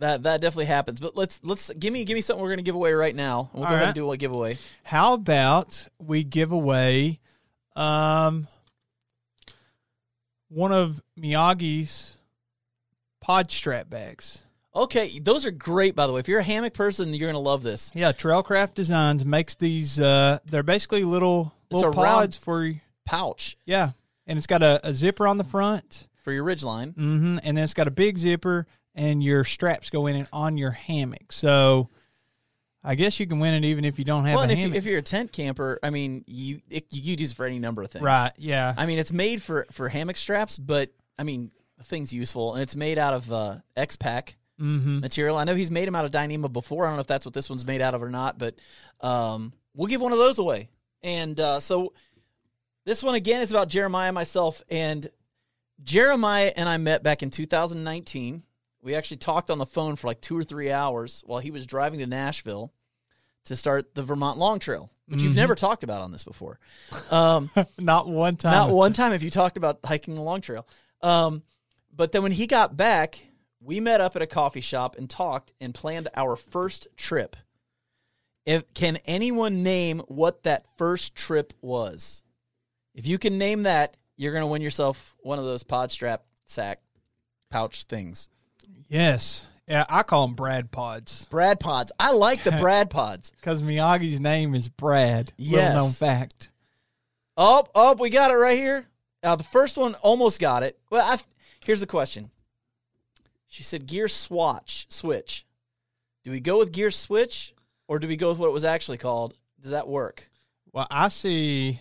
Speaker 1: that that definitely happens. But let's let's give me give me something we're gonna give away right now. We'll go
Speaker 2: All
Speaker 1: ahead
Speaker 2: right.
Speaker 1: and do a giveaway.
Speaker 2: How about we give away um one of Miyagi's pod strap bags?
Speaker 1: Okay, those are great, by the way. If you're a hammock person, you're gonna love this.
Speaker 2: Yeah, Trailcraft Designs makes these. Uh, they're basically little
Speaker 1: It's
Speaker 2: little
Speaker 1: a round-
Speaker 2: pods for
Speaker 1: Pouch
Speaker 2: yeah, and it's got a, a zipper on the front,
Speaker 1: for your ridgeline.
Speaker 2: hmm and then it's got a big zipper, and your straps go in and on your hammock. So, I guess you can win it even if you don't have
Speaker 1: Well, and
Speaker 2: a
Speaker 1: if, you,
Speaker 2: hammock,
Speaker 1: if you're a tent camper, I mean, you it, you could use it for any number of things.
Speaker 2: right? Yeah,
Speaker 1: I mean, it's made for for hammock straps, but I mean, the thing's useful, and it's made out of uh, X Pack
Speaker 2: mm-hmm.
Speaker 1: material. I know he's made them out of Dyneema before. I don't know if that's what this one's made out of or not, but um, we'll give one of those away. And uh, so this one again is about Jeremiah, myself, and Jeremiah and I met back in 2019. We actually talked on the phone for like two or three hours while he was driving to Nashville to start the Vermont Long Trail, which you've never talked about on this before. Um,
Speaker 2: not one time.
Speaker 1: not one time have you talked about hiking the long trail. Um, but then when he got back, we met up at a coffee shop and talked and planned our first trip. If can anyone name what that first trip was? If you can name that, you're gonna win yourself one of those pod strap sack pouch things.
Speaker 2: Yes, yeah, I call them Brad pods
Speaker 1: Brad pods. I like the Brad pods.
Speaker 2: because Miyagi's name is Brad.
Speaker 1: Yes.
Speaker 2: Little known fact.
Speaker 1: Oh, oh, we got it right here. Uh, the first one almost got it. Well, I, here's the question. She said gear swatch switch. Do we go with gear switch or do we go with what it was actually called? Does that work?
Speaker 2: Well, I see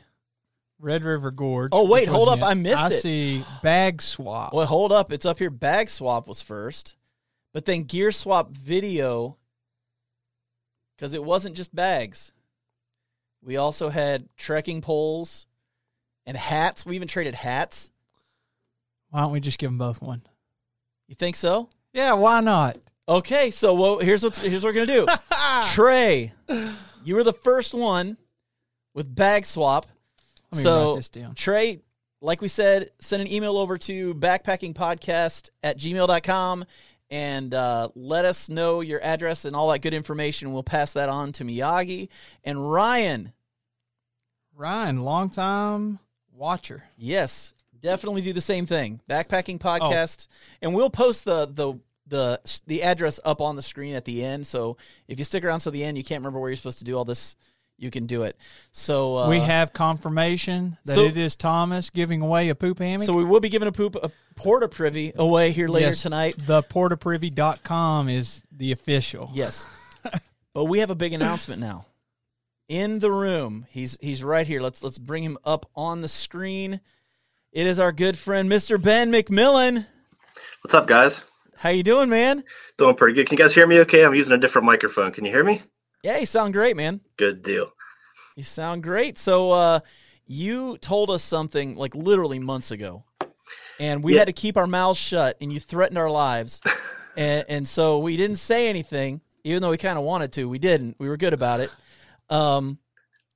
Speaker 2: Red River Gorge.
Speaker 1: Oh, wait,
Speaker 2: which
Speaker 1: hold
Speaker 2: wasn't
Speaker 1: up, I missed
Speaker 2: I
Speaker 1: it.
Speaker 2: see Bag Swap.
Speaker 1: Well, hold up. It's up here. Bag swap was first, but then gear swap video, because it wasn't just bags. We also had trekking poles and hats. We even traded hats.
Speaker 2: Why don't we just give them both one?
Speaker 1: You think so?
Speaker 2: Yeah, why not?
Speaker 1: Okay, so well, here's what's here's what we're gonna do. Trey, you were the first one with bag swap.
Speaker 2: Let me
Speaker 1: so
Speaker 2: write this down.
Speaker 1: Trey, like we said, send an email over to backpackingpodcast at gmail.com and uh, let us know your address and all that good information. We'll pass that on to Miyagi and Ryan.
Speaker 2: Ryan, long time watcher.
Speaker 1: Yes, definitely do the same thing. Backpacking
Speaker 2: Oh.
Speaker 1: podcast, and we'll post the the the the address up on the screen at the end. So if you stick around to the end, you can't remember where you're supposed to do all this. You can do it. So uh,
Speaker 2: we have confirmation that
Speaker 1: so-
Speaker 2: it is Thomas giving away a poop hammock.
Speaker 1: So we will be giving a poop a porta privy away here later
Speaker 2: Yes,
Speaker 1: tonight.
Speaker 2: The portaprivy.com is the official.
Speaker 1: Yes. but we have a big announcement now. In the room, he's he's right here. Let's let's bring him up on the screen. It is our good friend Mr. Ben McMillan.
Speaker 3: What's up, guys?
Speaker 1: How you doing, man?
Speaker 3: Doing pretty good. Can you guys hear me okay? I'm using a different microphone. Can you hear me?
Speaker 1: Yeah, you sound great, man.
Speaker 3: Good deal.
Speaker 1: You sound great. So uh you told us something like literally months ago. And we
Speaker 3: Yeah.
Speaker 1: had to keep our mouths shut and you threatened our lives. and and so we didn't say anything, even though we kinda wanted to. We didn't. We were good about it. Um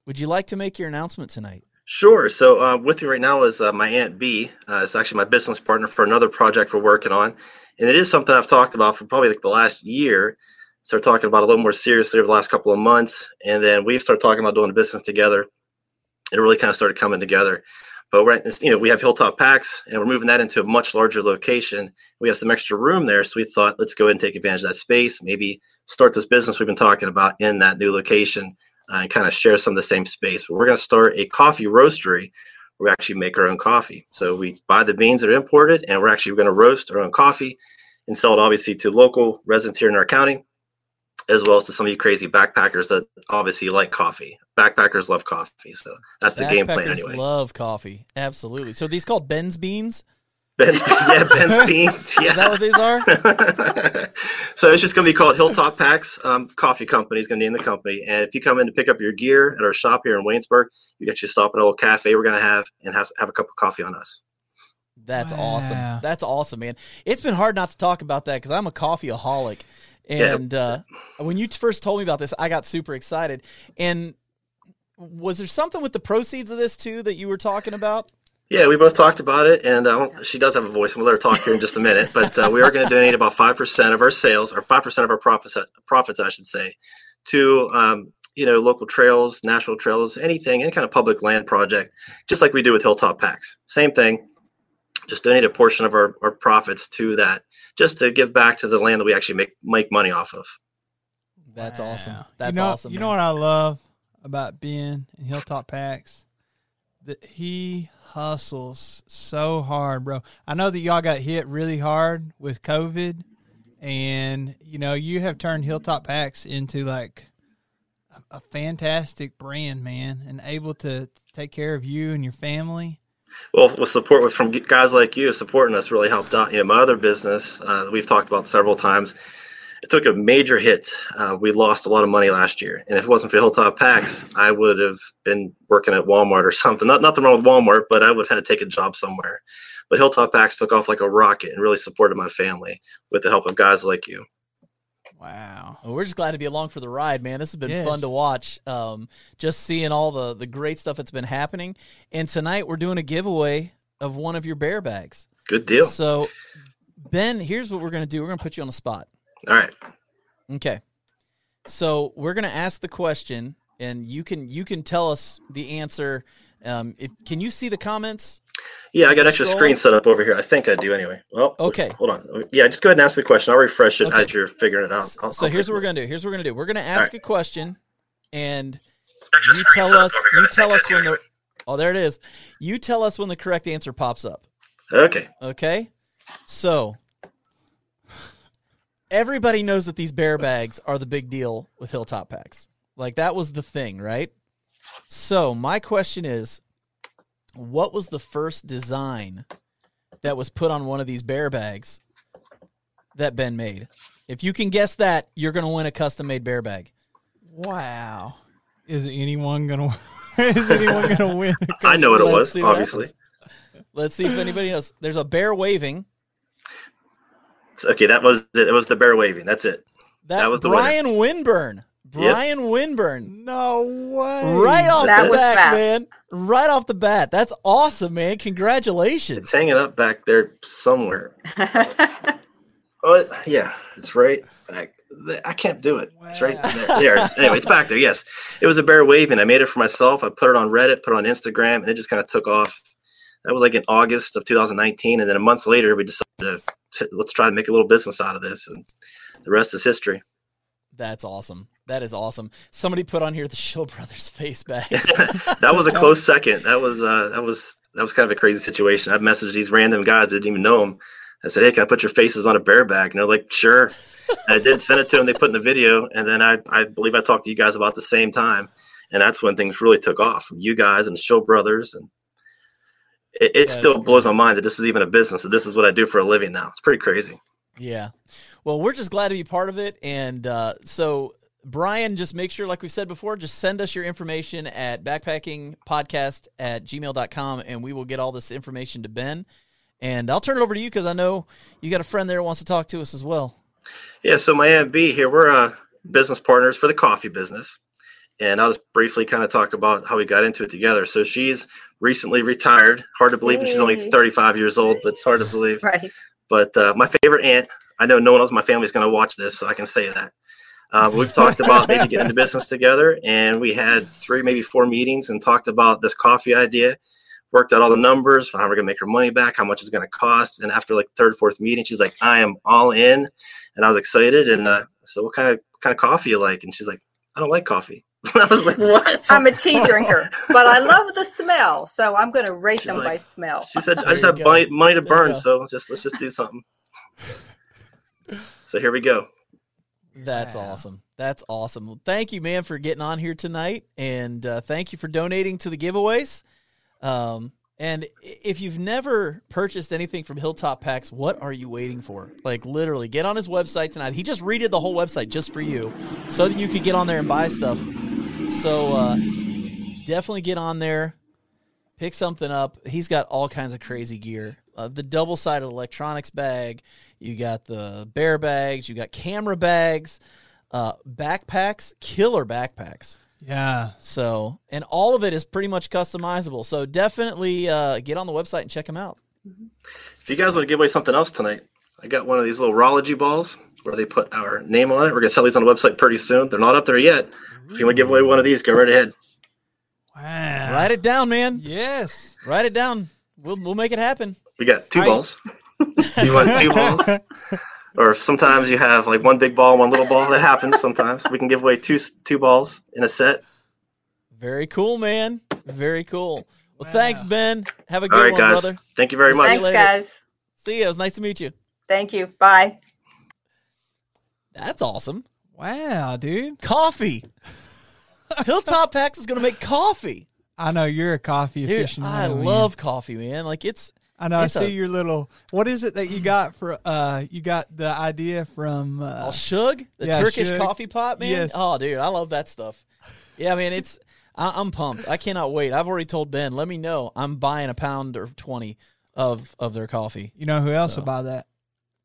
Speaker 1: would you like to make your announcement tonight?
Speaker 3: Sure. So, uh, with me right now is uh, my Aunt B. Uh, it's actually my business partner for another project we're working on. And it is something I've talked about for probably like the last year. Started talking about it a little more seriously over the last couple of months. And then we've started talking about doing business together. It really kind of started coming together. But right, it's- you know, we have Hilltop Packs, and we're moving that into a much larger location. We have some extra room there, so we thought let's go ahead and take advantage of that space. Maybe start this business we've been talking about in that new location uh, and kind of share some of the same space. But we're going to start a coffee roastery. Where we actually make our own coffee. So we buy the beans that are imported, and we're actually going to roast our own coffee and sell it obviously to local residents here in our county, as well as to some of you crazy backpackers that obviously like coffee. Backpackers love coffee, so that's the game plan
Speaker 1: Backpackers
Speaker 3: anyway.
Speaker 1: love coffee. Absolutely. So are these called Ben's beans?
Speaker 3: Ben's, yeah, Ben's beans. Yeah.
Speaker 1: Is that what these are?
Speaker 3: so it's just going to be called Hilltop Packs um, Coffee Company is going to name the company. And if you come in to pick up your gear at our shop here in Waynesburg, you can actually stop at a little cafe we're going to have and have, have a cup of coffee on us.
Speaker 1: That's
Speaker 2: Wow.
Speaker 1: awesome. That's awesome, man. It's been hard not to talk about that because I'm a coffeeaholic,
Speaker 3: Yeah.
Speaker 1: and uh, when you first told me about this, I got super excited. And was there something with the proceeds of this too that you were talking about?
Speaker 3: Yeah, we both talked about it, and uh, she does have a voice, and we'll let her talk here in just a minute. But uh, we are going to donate about five percent of our sales, or five percent of our profits, uh, profits, I should say, to um, you know local trails, national trails, anything, any kind of public land project, just like we do with Hilltop Packs. Same thing, just donate a portion of our, our profits to that, just to give back to the land that we actually make make money off of.
Speaker 1: That's
Speaker 2: Wow.
Speaker 1: awesome. That's
Speaker 2: you know,
Speaker 1: awesome.
Speaker 2: You
Speaker 1: man.
Speaker 2: know what I love about Ben and Hilltop Packs? That he hustles so hard, bro. I know that y'all got hit really hard with COVID, and you know you have turned Hilltop Packs into like a, a fantastic brand, man, and able to take care of you and your family.
Speaker 3: Well, with support with from guys like you supporting us really helped out. You know, my other business uh, we've talked about several times. It took a major hit. Uh, we lost a lot of money last year, and if it wasn't for Hilltop Packs, I would have been working at Walmart or something. Not nothing wrong with Walmart, but I would have had to take a job somewhere. But Hilltop Packs took off like a rocket and really supported my family with the help of guys like you.
Speaker 2: Wow.
Speaker 1: Well, we're just glad to be along for the ride, man. This has been
Speaker 2: Yes.
Speaker 1: fun to watch. Um, just seeing all the the great stuff that's been happening, and tonight we're doing a giveaway of one of your bear bags.
Speaker 3: Good deal.
Speaker 1: So, Ben, here's what we're gonna do. We're gonna put you on the spot.
Speaker 3: All right.
Speaker 1: Okay. So we're gonna ask the question, and you can you can tell us the answer. Um, if, can you see the comments?
Speaker 3: Yeah, I
Speaker 1: Is
Speaker 3: got
Speaker 1: it
Speaker 3: extra
Speaker 1: scroll?
Speaker 3: screen set up over here. I think I do anyway. Well,
Speaker 1: Okay.
Speaker 3: Hold on. Yeah, just go ahead and ask the question. I'll refresh it
Speaker 1: Okay.
Speaker 3: as you're figuring it out. I'll-
Speaker 1: so
Speaker 3: I'll
Speaker 1: here's
Speaker 3: take
Speaker 1: what we're
Speaker 3: a look.
Speaker 1: gonna do. Here's what we're gonna do. We're gonna ask a question, and
Speaker 3: Extra
Speaker 1: you
Speaker 3: screen
Speaker 1: tell
Speaker 3: set up
Speaker 1: us
Speaker 3: over here.
Speaker 1: you
Speaker 3: I
Speaker 1: tell
Speaker 3: think
Speaker 1: us
Speaker 3: I do
Speaker 1: when
Speaker 3: anyway.
Speaker 1: the oh there it is. You tell us when the correct answer pops up.
Speaker 3: Okay.
Speaker 1: Okay. So everybody knows that these bear bags are the big deal with Hilltop packs. Like that was the thing, right? So my question is, what was the first design that was put on one of these bear bags that Ben made? If you can guess that, you're gonna win a custom made bear bag.
Speaker 4: Wow.
Speaker 2: Is anyone gonna? is anyone gonna win?
Speaker 3: I know what it
Speaker 1: Let's
Speaker 3: was,
Speaker 1: see what
Speaker 3: obviously.
Speaker 1: happens. Let's see if anybody knows. There's a bear waving.
Speaker 3: It's- Okay, that was it. It was the bear waving. That's it.
Speaker 1: That,
Speaker 3: That was the winner.
Speaker 1: Brian Winburn. Brian Winburn.
Speaker 2: No way!
Speaker 1: Right off
Speaker 4: That
Speaker 1: the
Speaker 4: was
Speaker 1: bat,
Speaker 4: fast.
Speaker 1: man. Right off the bat. That's awesome, man.
Speaker 3: It's
Speaker 1: Congratulations.
Speaker 3: hanging up back there somewhere. Oh yeah, it's right back there. I can't do it. It's right there. there. it is. Anyway, it's back there. Yes, it was a bear waving. I made it for myself. I put it on Reddit, put it on Instagram, and it just kind of took off. That was like in August of 2019, and then a month later, we decided to to- let's try to make a little business out of this, and the rest is history.
Speaker 1: That's awesome. That is awesome. Somebody put on here the Shill Brothers face bags.
Speaker 3: that was a close second. That was uh, that was that was kind of a crazy situation. I messaged these random guys that didn't even know them. I said, "Hey, can I put your faces on a bear bag?" And they're like, "Sure." And I did send it to them. They put in the video, and then I I believe I talked to you guys about the same time, and that's when things really took off. You guys and the Show Brothers, and it, it
Speaker 1: That's
Speaker 3: still blows my mind that this is even a business. That this is what I do for a living now. It's pretty crazy.
Speaker 1: yeah. Well, we're just glad to be part of it. And uh, so, Brian, just make sure, like we said before, just send us your information at backpackingpodcast at gmail.com and we will get all this information to Ben. And I'll turn it over to you because I know you got a friend there who wants to talk to us as well.
Speaker 3: Yeah, so my Aunt B here, we're uh, business partners for the coffee business. And I'll just briefly kind of talk about how we got into it together. So she's recently retired. Hard to believe, and she's only
Speaker 4: Yay.
Speaker 3: 35 years old, but it's hard to believe.
Speaker 4: Right.
Speaker 3: But uh, my favorite aunt, I know no one else in my family is going to watch this, so I can say that. Uh, but we've talked about maybe getting into business together, and we had three, maybe four meetings and talked about this coffee idea, worked out all the numbers, how we're going to make her money back, how much it's going to cost. And after like third, fourth meeting, she's like, I am all in. And I was excited. And uh, so, what kind of kind of coffee you like? And she's like, I don't like coffee. I was like, What?
Speaker 4: I'm a tea drinker, but I love the smell, so I'm going to rate
Speaker 3: She's
Speaker 4: them
Speaker 3: like-
Speaker 4: by smell.
Speaker 3: She said,
Speaker 1: There
Speaker 3: "I just
Speaker 1: you
Speaker 3: have
Speaker 1: go.
Speaker 3: money, money to
Speaker 1: There you
Speaker 3: burn,
Speaker 1: go.
Speaker 3: so just let's just do something." so here we go.
Speaker 1: That's
Speaker 2: Yeah.
Speaker 1: awesome. That's awesome. Well, thank you, man, for getting on here tonight, and uh, thank you for donating to the giveaways. Um, and i- if you've never purchased anything from Hilltop Packs, what are you waiting for? Like literally, get on his website tonight. He just redid the whole website just for you, so that you could get on there and buy stuff. So uh, definitely get on there, pick something up. He's got all kinds of crazy gear. Uh, the double sided electronics bag. You got the bear bags. You got camera bags, uh, backpacks, killer backpacks.
Speaker 2: Yeah,
Speaker 1: So, and all of it is pretty much customizable. So definitely uh, get on the website and check them out.
Speaker 3: If you guys want to give away something else tonight, I got one of these little Rology balls where they put our name on it. We're gonna sell these on the website pretty soon. They're not up there yet. If you want to give away one of these, go right ahead.
Speaker 2: wow!
Speaker 1: Write it down, man.
Speaker 2: Yes.
Speaker 1: Write it down. We'll we'll make it happen.
Speaker 3: We got two
Speaker 2: I-
Speaker 3: balls. you want two balls? Or if sometimes you have like one big ball, one little ball. That happens sometimes. We can give away two s- two balls in a set.
Speaker 1: Very cool, man. Very cool. Well,
Speaker 2: Wow.
Speaker 1: thanks, Ben. Have a good
Speaker 3: All right,
Speaker 1: one,
Speaker 3: guys.
Speaker 1: brother.
Speaker 3: Thank you very
Speaker 1: Thank
Speaker 3: much.
Speaker 4: Thanks,
Speaker 1: later.
Speaker 4: guys.
Speaker 1: See you. It was nice to meet you.
Speaker 4: Thank you. Bye.
Speaker 1: That's awesome.
Speaker 2: Wow, dude!
Speaker 1: Coffee. Hilltop Packs is gonna make coffee.
Speaker 2: I know you're a coffee
Speaker 1: Dude,
Speaker 2: aficionado.
Speaker 1: I
Speaker 2: man.
Speaker 1: love coffee, man. Like it's
Speaker 2: I know. I
Speaker 1: it's
Speaker 2: see
Speaker 1: a-
Speaker 2: your little. What is it that you got for? Uh, you got the idea from.
Speaker 1: Oh,
Speaker 2: Uh,
Speaker 1: Shug, the
Speaker 2: yeah,
Speaker 1: Turkish
Speaker 2: Shug.
Speaker 1: coffee pot, man.
Speaker 2: Yes.
Speaker 1: Oh, dude, I love that stuff. Yeah, man, it's I, I'm pumped. I cannot wait. I've already told Ben. Let me know. I'm buying a pound or twenty of of their coffee.
Speaker 2: you know who else
Speaker 1: So.
Speaker 2: will buy that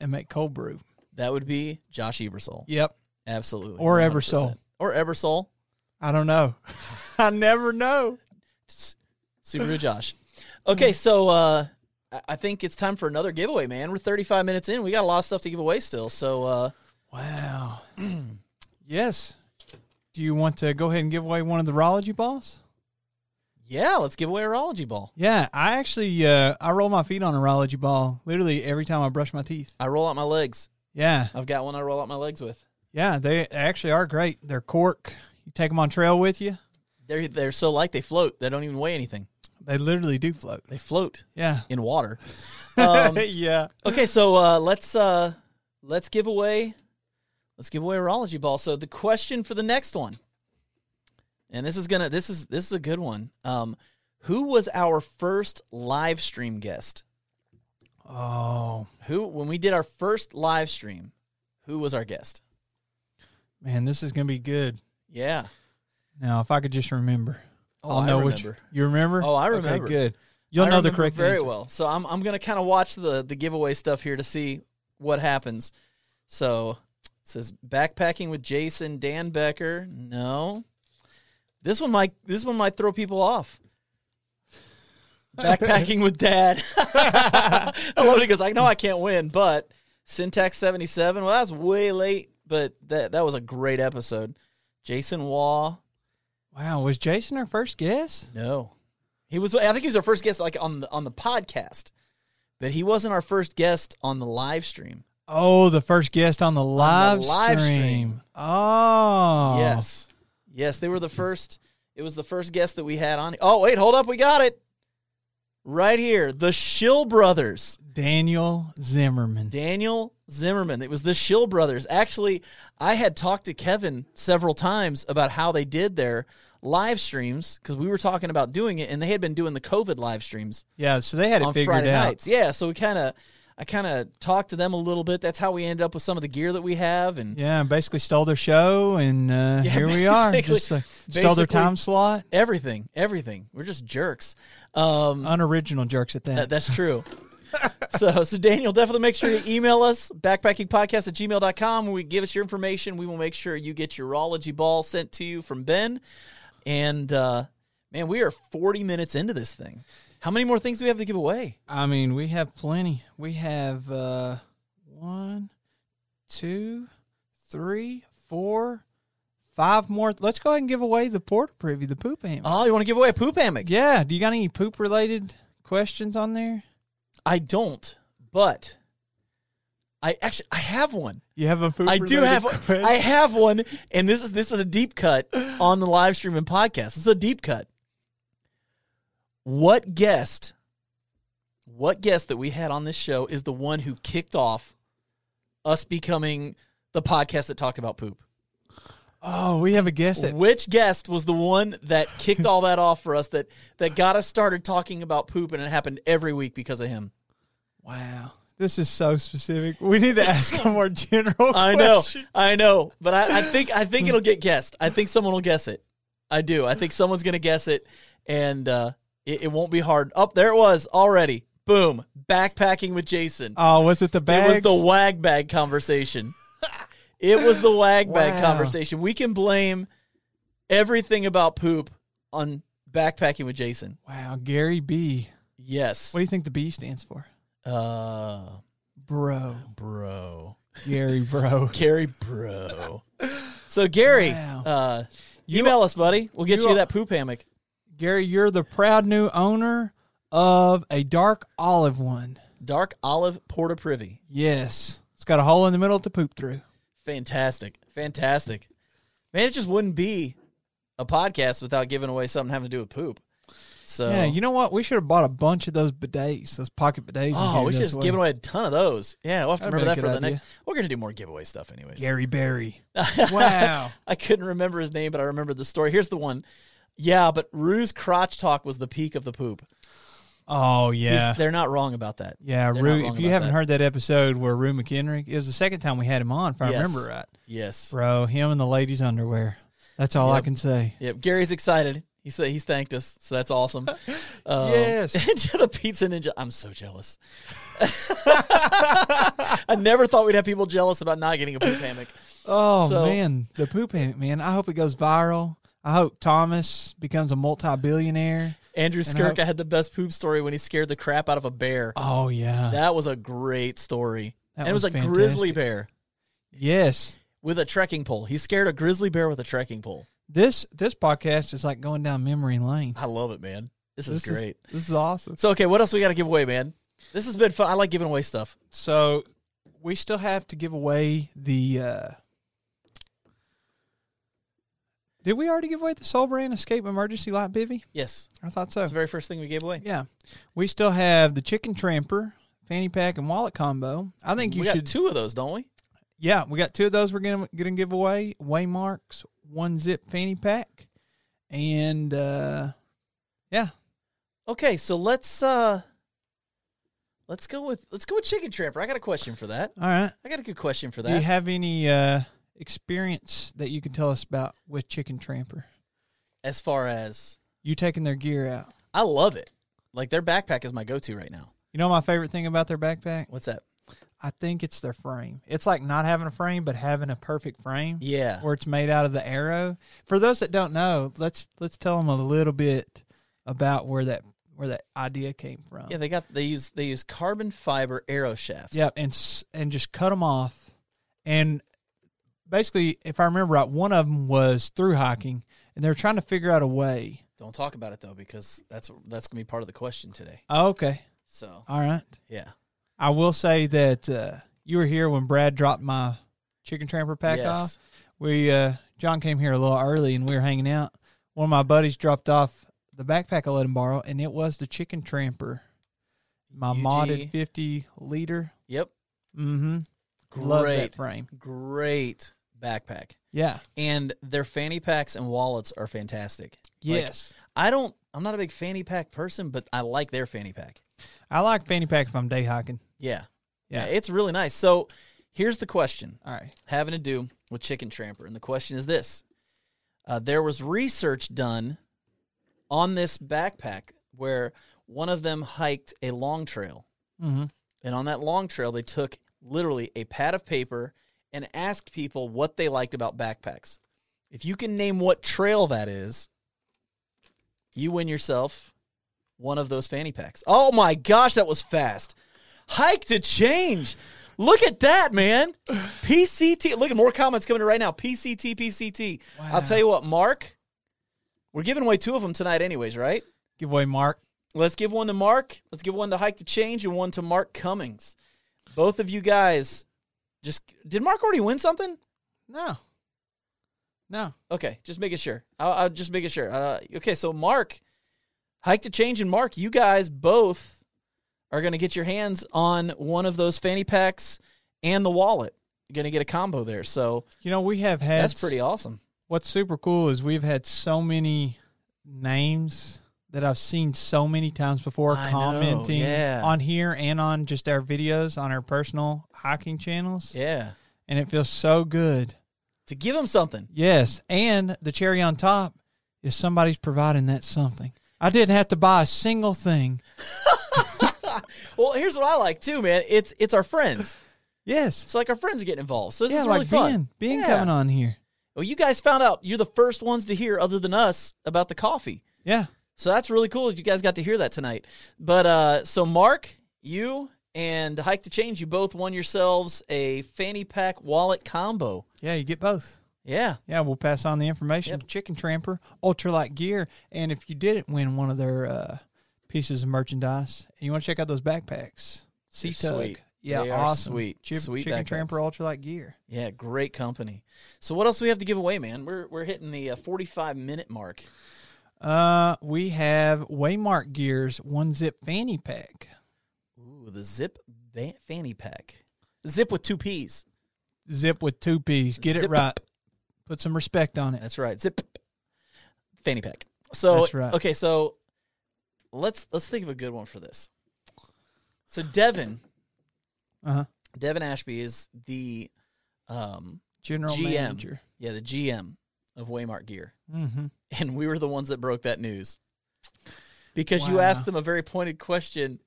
Speaker 2: and make cold brew?
Speaker 1: That would be Josh Ebersol.
Speaker 2: Yep.
Speaker 1: Absolutely.
Speaker 2: Or
Speaker 1: 100%.
Speaker 2: Ebersol.
Speaker 1: Or Ebersol.
Speaker 2: I don't know. I never know.
Speaker 1: S- Subaru Josh. Okay, so uh, I- I think it's time for another giveaway, man. We're 35 minutes in. We got a lot of stuff to give away still. So uh,
Speaker 2: Wow. yes. Do you want to go ahead and give away one of the Rology balls?
Speaker 1: yeah, let's give away a Rology ball.
Speaker 2: Yeah, I actually uh, I roll my feet on a Rology ball literally every time I brush my teeth.
Speaker 1: I roll out my legs.
Speaker 2: Yeah,
Speaker 1: I've got one I roll out my legs with.
Speaker 2: yeah, they actually are great. They're cork. You take them on trail with you.
Speaker 1: They're they're so light they float. They don't even weigh anything.
Speaker 2: They literally do float.
Speaker 1: They float
Speaker 2: Yeah.
Speaker 1: in water. Um,
Speaker 2: yeah.
Speaker 1: okay, so uh, let's uh, let's give away let's give away a urology ball. So the question for the next one, and this is gonna this is this is a good one. Um, who was our first live stream guest?
Speaker 2: Oh
Speaker 1: Who when we did our first live stream, who was our guest?
Speaker 2: man, this is gonna be good.
Speaker 1: Yeah.
Speaker 2: Now, if I could just remember,
Speaker 1: Oh,
Speaker 2: I'll
Speaker 1: I
Speaker 2: know
Speaker 1: remember.
Speaker 2: which you remember.
Speaker 1: Oh, I
Speaker 2: Okay,
Speaker 1: remember.
Speaker 2: good. You'll
Speaker 1: I
Speaker 2: know the
Speaker 1: remember
Speaker 2: correct
Speaker 1: very
Speaker 2: answer.
Speaker 1: well. So I'm I'm gonna kind of watch the the giveaway stuff here to see what happens. So it says backpacking with Jason Dan Becker. No, this one might this one might throw people off. Backpacking with Dad. I love it because I know I can't win, but Syntax seventy seven. Well, that's way late, but that that was a great episode. Jason Waugh.
Speaker 2: Wow, was Jason our first guess?
Speaker 1: No, he was. I think he was our first guest, like on the on the podcast, but he wasn't our first guest on the live stream.
Speaker 2: Oh, the first guest on the live,
Speaker 1: live
Speaker 2: stream.
Speaker 1: stream.
Speaker 2: Oh,
Speaker 1: Yes, yes, they were the first. It was the first guest that we had on. Oh wait, hold up, we got it right here. The Shill Brothers,
Speaker 2: Daniel Zimmerman.
Speaker 1: Daniel Zimmerman. It was the Shill Brothers. Actually, I had talked to Kevin several times about how they did their live streams because we were talking about doing it, and they had been doing the COVID live streams.
Speaker 2: yeah, so they had it
Speaker 1: on
Speaker 2: figured
Speaker 1: Friday
Speaker 2: out.
Speaker 1: nights. Yeah, so we kind of I kind of talked to them a little bit. That's how we ended up with some of the gear that we have and
Speaker 2: Yeah, and basically stole their show, and uh,
Speaker 1: Yeah,
Speaker 2: here we are.
Speaker 1: basically-
Speaker 2: Just uh, stole their
Speaker 1: basically-
Speaker 2: time slot.
Speaker 1: everything. Everything. We're just jerks. Um
Speaker 2: Unoriginal jerks at
Speaker 1: that-
Speaker 2: that.
Speaker 1: that's true. so so Daniel, definitely make sure you email us backpackingpodcast at gmail.com. When we give us your information, we will make sure you get your urology ball sent to you from Ben. And uh man, we are 40 minutes into this thing. How many more things do we have to give away?
Speaker 2: I mean, we have plenty. We have uh, one, two, three, four, five more. Let's go ahead and give away the port preview, the poop hammock.
Speaker 1: Oh, you want to give away a poop hammock?
Speaker 2: yeah, do you got any poop related questions on there?
Speaker 1: I don't, but I actually I have one.
Speaker 2: You have a poop.
Speaker 1: I do have
Speaker 2: Question?
Speaker 1: I have one, and this is this is a deep cut on the live stream and podcast. It's a deep cut. What guest? What guest that we had on this show is the one who kicked off us becoming the podcast that talked about poop?
Speaker 2: oh, we have a guest that.
Speaker 1: Which guest was the one that kicked all that off for us that that got us started talking about poop and it happened every week because of him?
Speaker 2: Wow, this is so specific. We need to ask a more general.
Speaker 1: I know,
Speaker 2: question.
Speaker 1: I know, but I, I think I think it'll get guessed. I think someone will guess it. I do. I think someone's gonna guess it, and uh, it, it won't be hard. Up there it was already. Boom! Backpacking with Jason.
Speaker 2: Oh, was it the bags?
Speaker 1: It was the wag bag conversation. it was the wag bag
Speaker 2: Wow.
Speaker 1: conversation. We can blame everything about poop on backpacking with Jason.
Speaker 2: wow, Gary B.
Speaker 1: Yes.
Speaker 2: What do you think the B stands for?
Speaker 1: Uh,
Speaker 2: Bro,
Speaker 1: bro,
Speaker 2: Gary, bro.
Speaker 1: Gary, bro. So Gary,
Speaker 2: Wow.
Speaker 1: uh, email us, buddy. We'll get you,
Speaker 2: you are-
Speaker 1: that poop hammock.
Speaker 2: Gary, you're the proud new owner of a dark olive one.
Speaker 1: Dark olive porta privy.
Speaker 2: Yes, it's got a hole in the middle to poop through.
Speaker 1: Fantastic, fantastic. Man, it just wouldn't be a podcast without giving away something having to do with poop. So
Speaker 2: Yeah, you know what? We should have bought a bunch of those bidets, those pocket bidets. and
Speaker 1: oh,
Speaker 2: gave
Speaker 1: we should
Speaker 2: those
Speaker 1: just give away a ton of those. Yeah, we'll have to
Speaker 2: That'd
Speaker 1: remember that
Speaker 2: be a
Speaker 1: for
Speaker 2: good
Speaker 1: the
Speaker 2: idea.
Speaker 1: next. We're gonna do more giveaway stuff, anyways.
Speaker 2: Gary Berry. wow.
Speaker 1: I couldn't remember his name, but I remembered the story. Here's the one. Yeah, but Rue's crotch talk was the peak of the poop.
Speaker 2: Oh
Speaker 1: He's-
Speaker 2: yeah.
Speaker 1: they're not wrong about that.
Speaker 2: Yeah,
Speaker 1: They're not
Speaker 2: Rue.
Speaker 1: wrong
Speaker 2: If you
Speaker 1: about
Speaker 2: haven't
Speaker 1: that.
Speaker 2: heard that episode where Rue McHenry, it was the second time we had him on, if I
Speaker 1: Yes.
Speaker 2: remember right.
Speaker 1: Yes.
Speaker 2: Bro, him and the ladies' underwear. That's all I
Speaker 1: Yep.
Speaker 2: can say.
Speaker 1: Yep, Gary's excited. He said he's thanked us, so that's awesome. Um,
Speaker 2: Yes.
Speaker 1: the pizza ninja. I'm so jealous. I never thought we'd have people jealous about not getting a poop hammock.
Speaker 2: Oh
Speaker 1: So-
Speaker 2: man, the poop hammock, man. I hope it goes viral. I hope Thomas becomes a multi-billionaire.
Speaker 1: Andrew
Speaker 2: And I-
Speaker 1: Skirka had the best poop story when he scared the crap out of a bear.
Speaker 2: Oh yeah,
Speaker 1: That was a great story.
Speaker 2: That
Speaker 1: and it was,
Speaker 2: was
Speaker 1: a grizzly
Speaker 2: fantastic.
Speaker 1: bear
Speaker 2: yes.
Speaker 1: with a trekking pole. He scared a grizzly bear with a trekking pole.
Speaker 2: This this podcast is like going down memory lane.
Speaker 1: I love it, man. This, is great.
Speaker 2: this is awesome.
Speaker 1: So okay, what else we got to give away, man? This has been fun. I like giving away stuff.
Speaker 2: So we still have to give away the. uh Did we already give away the Soul Brand Escape Emergency Light Bivy?
Speaker 1: Yes,
Speaker 2: I thought so.
Speaker 1: that's the very first thing we gave away.
Speaker 2: Yeah, we still have the Chicken Tramper fanny pack and wallet combo. I think you
Speaker 1: we
Speaker 2: should
Speaker 1: got two of those, don't we?
Speaker 2: Yeah, we got two of those. We're gonna gonna give away Waymark's one zip fanny pack and uh, yeah,
Speaker 1: Okay, so let's uh let's go with let's go with Chicken Tramper. I got a question for that.
Speaker 2: all right.
Speaker 1: I got a good question for
Speaker 2: Do you
Speaker 1: that.
Speaker 2: have any uh, experience that you can tell us about with Chicken Tramper?
Speaker 1: as far as
Speaker 2: You taking their gear out.
Speaker 1: I love it. Like their backpack is my go-to right now.
Speaker 2: You know my favorite thing about their backpack?
Speaker 1: What's that?
Speaker 2: I think it's their frame. It's like not having a frame, but having a perfect frame.
Speaker 1: Yeah.
Speaker 2: where it's made out of the arrow. For those that don't know, let's let's tell them a little bit about where that where that idea came from.
Speaker 1: Yeah, they got they use they use carbon fiber arrow shafts.
Speaker 2: Yep, and s- and just cut them off, and basically, if I remember right, one of them was through hiking, and they were trying to figure out a way.
Speaker 1: Don't talk about it though because that's that's going to be part of the question today.
Speaker 2: Oh, okay,
Speaker 1: So,
Speaker 2: all right.
Speaker 1: yeah.
Speaker 2: I will say that uh, you were here when Brad dropped my chicken tramper pack
Speaker 1: Yes.
Speaker 2: off. we uh John came here a little early and we were hanging out. One of my buddies dropped off the backpack I let him borrow, and it was the chicken tramper. My
Speaker 1: UG.
Speaker 2: modded fifty liter.
Speaker 1: Yep.
Speaker 2: Mm-hmm. Love that
Speaker 1: Great.
Speaker 2: frame.
Speaker 1: Great backpack.
Speaker 2: Yeah.
Speaker 1: And their fanny packs and wallets are fantastic. Like,
Speaker 2: Yes.
Speaker 1: I don't I'm not a big fanny pack person, but I like their fanny pack.
Speaker 2: I like fanny pack if I'm day hiking.
Speaker 1: Yeah.
Speaker 2: Yeah.
Speaker 1: It's really nice. So here's the question
Speaker 2: All right.
Speaker 1: having to do with Chicken Tramper. And the question is this uh, There was research done on this backpack where one of them hiked a long trail.
Speaker 2: Mm-hmm.
Speaker 1: And on that long trail, they took literally a pad of paper and asked people what they liked about backpacks. If you can name what trail that is, you win yourself one of those fanny packs. Oh my gosh, that was fast. Hike to change. Look at that, man. PCT. Look at more comments coming in right now. PCT, PCT. I'll tell you what, Mark, we're giving away two of them tonight, anyways, right?
Speaker 2: Give away Mark.
Speaker 1: Let's give one to Mark. Let's give one to Hike to Change and one to Mark Cummings. Both of you guys just did Mark already win something?
Speaker 2: No. No.
Speaker 1: Okay, just making sure. I'll, I'll just making sure. Uh, okay, so Mark, Hike to Change and Mark, you guys both are going to get your hands on one of those fanny packs and the wallet. You're going to get a combo there. So
Speaker 2: You know, we have had
Speaker 1: that's pretty awesome.
Speaker 2: what's super cool is we've had so many names that I've seen so many times before
Speaker 1: I know,
Speaker 2: commenting
Speaker 1: yeah.
Speaker 2: on here and on just our videos on our personal hiking channels.
Speaker 1: Yeah.
Speaker 2: And it feels so good.
Speaker 1: To give him something.
Speaker 2: Yes. And the cherry on top is somebody's providing that something. I didn't have to buy a single thing.
Speaker 1: Well, here's what I like too, man. It's it's our friends.
Speaker 2: Yes.
Speaker 1: It's like our friends are getting involved. So this
Speaker 2: yeah,
Speaker 1: is really
Speaker 2: like
Speaker 1: fun.
Speaker 2: Ben. Ben
Speaker 1: Yeah.
Speaker 2: coming on here.
Speaker 1: Well, you guys found out. You're the first ones to hear, other than us, about the coffee.
Speaker 2: Yeah.
Speaker 1: So that's really cool. that You guys got to hear that tonight. But uh, so Mark, you and Hike to Change, you both won yourselves a fanny pack wallet combo.
Speaker 2: Yeah, you get both.
Speaker 1: Yeah,
Speaker 2: Yeah, we'll pass on the information. Chicken Tramper, Ultralight Gear, and if you didn't win one of their uh, pieces of merchandise, and you want to check out those backpacks, Sea
Speaker 1: They're
Speaker 2: Tug.
Speaker 1: sweet.
Speaker 2: Yeah,
Speaker 1: They are
Speaker 2: awesome.
Speaker 1: sweet,
Speaker 2: Chip-
Speaker 1: sweet
Speaker 2: Chicken
Speaker 1: backpacks.
Speaker 2: Tramper, Ultralight Gear.
Speaker 1: yeah, great company. So what else do we have to give away, man? We're we're hitting the uh, 45 minute mark.
Speaker 2: Uh, we have Waymark Gears One Zip Fanny Pack.
Speaker 1: Ooh, the zip ba- fanny pack, zip with two p's.
Speaker 2: Zip with two P's. Get it
Speaker 1: Zip.
Speaker 2: right. Put some respect on it.
Speaker 1: That's right, zip fanny pack. So
Speaker 2: That's right.
Speaker 1: okay, so let's let's think of a good one for this. So Devin.
Speaker 2: Uh huh.
Speaker 1: Devin Ashby is the um
Speaker 2: General
Speaker 1: GM.
Speaker 2: Manager.
Speaker 1: yeah, the GM of Waymark Gear.
Speaker 2: Mm-hmm.
Speaker 1: And we were the ones that broke that news. Because you
Speaker 2: Wow.
Speaker 1: asked him a very pointed question.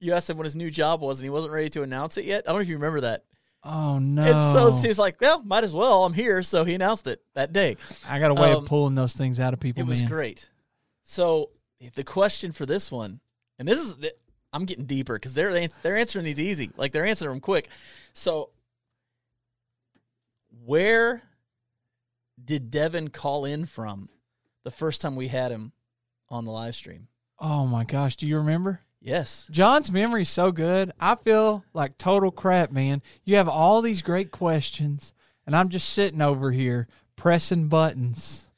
Speaker 1: You asked him what his new job was and he wasn't ready to announce it yet. I don't know if you remember that.
Speaker 2: Oh no!
Speaker 1: And so he was like, Well, might as well. I'm here. So he announced it that day.
Speaker 2: I got a way
Speaker 1: um,
Speaker 2: of pulling those things out of people.
Speaker 1: It was
Speaker 2: Oh, man.
Speaker 1: great. So the question for this one, and this is, the, I'm getting deeper because they're ans- they're answering these easy, like they're answering them quick. So where did Devin call in from the first time we had him on the live stream?
Speaker 2: Oh my gosh! Do you remember?
Speaker 1: Yes,
Speaker 2: John's memory's so good. I feel like total crap, man. You have all these great questions, and I'm just sitting over here pressing buttons,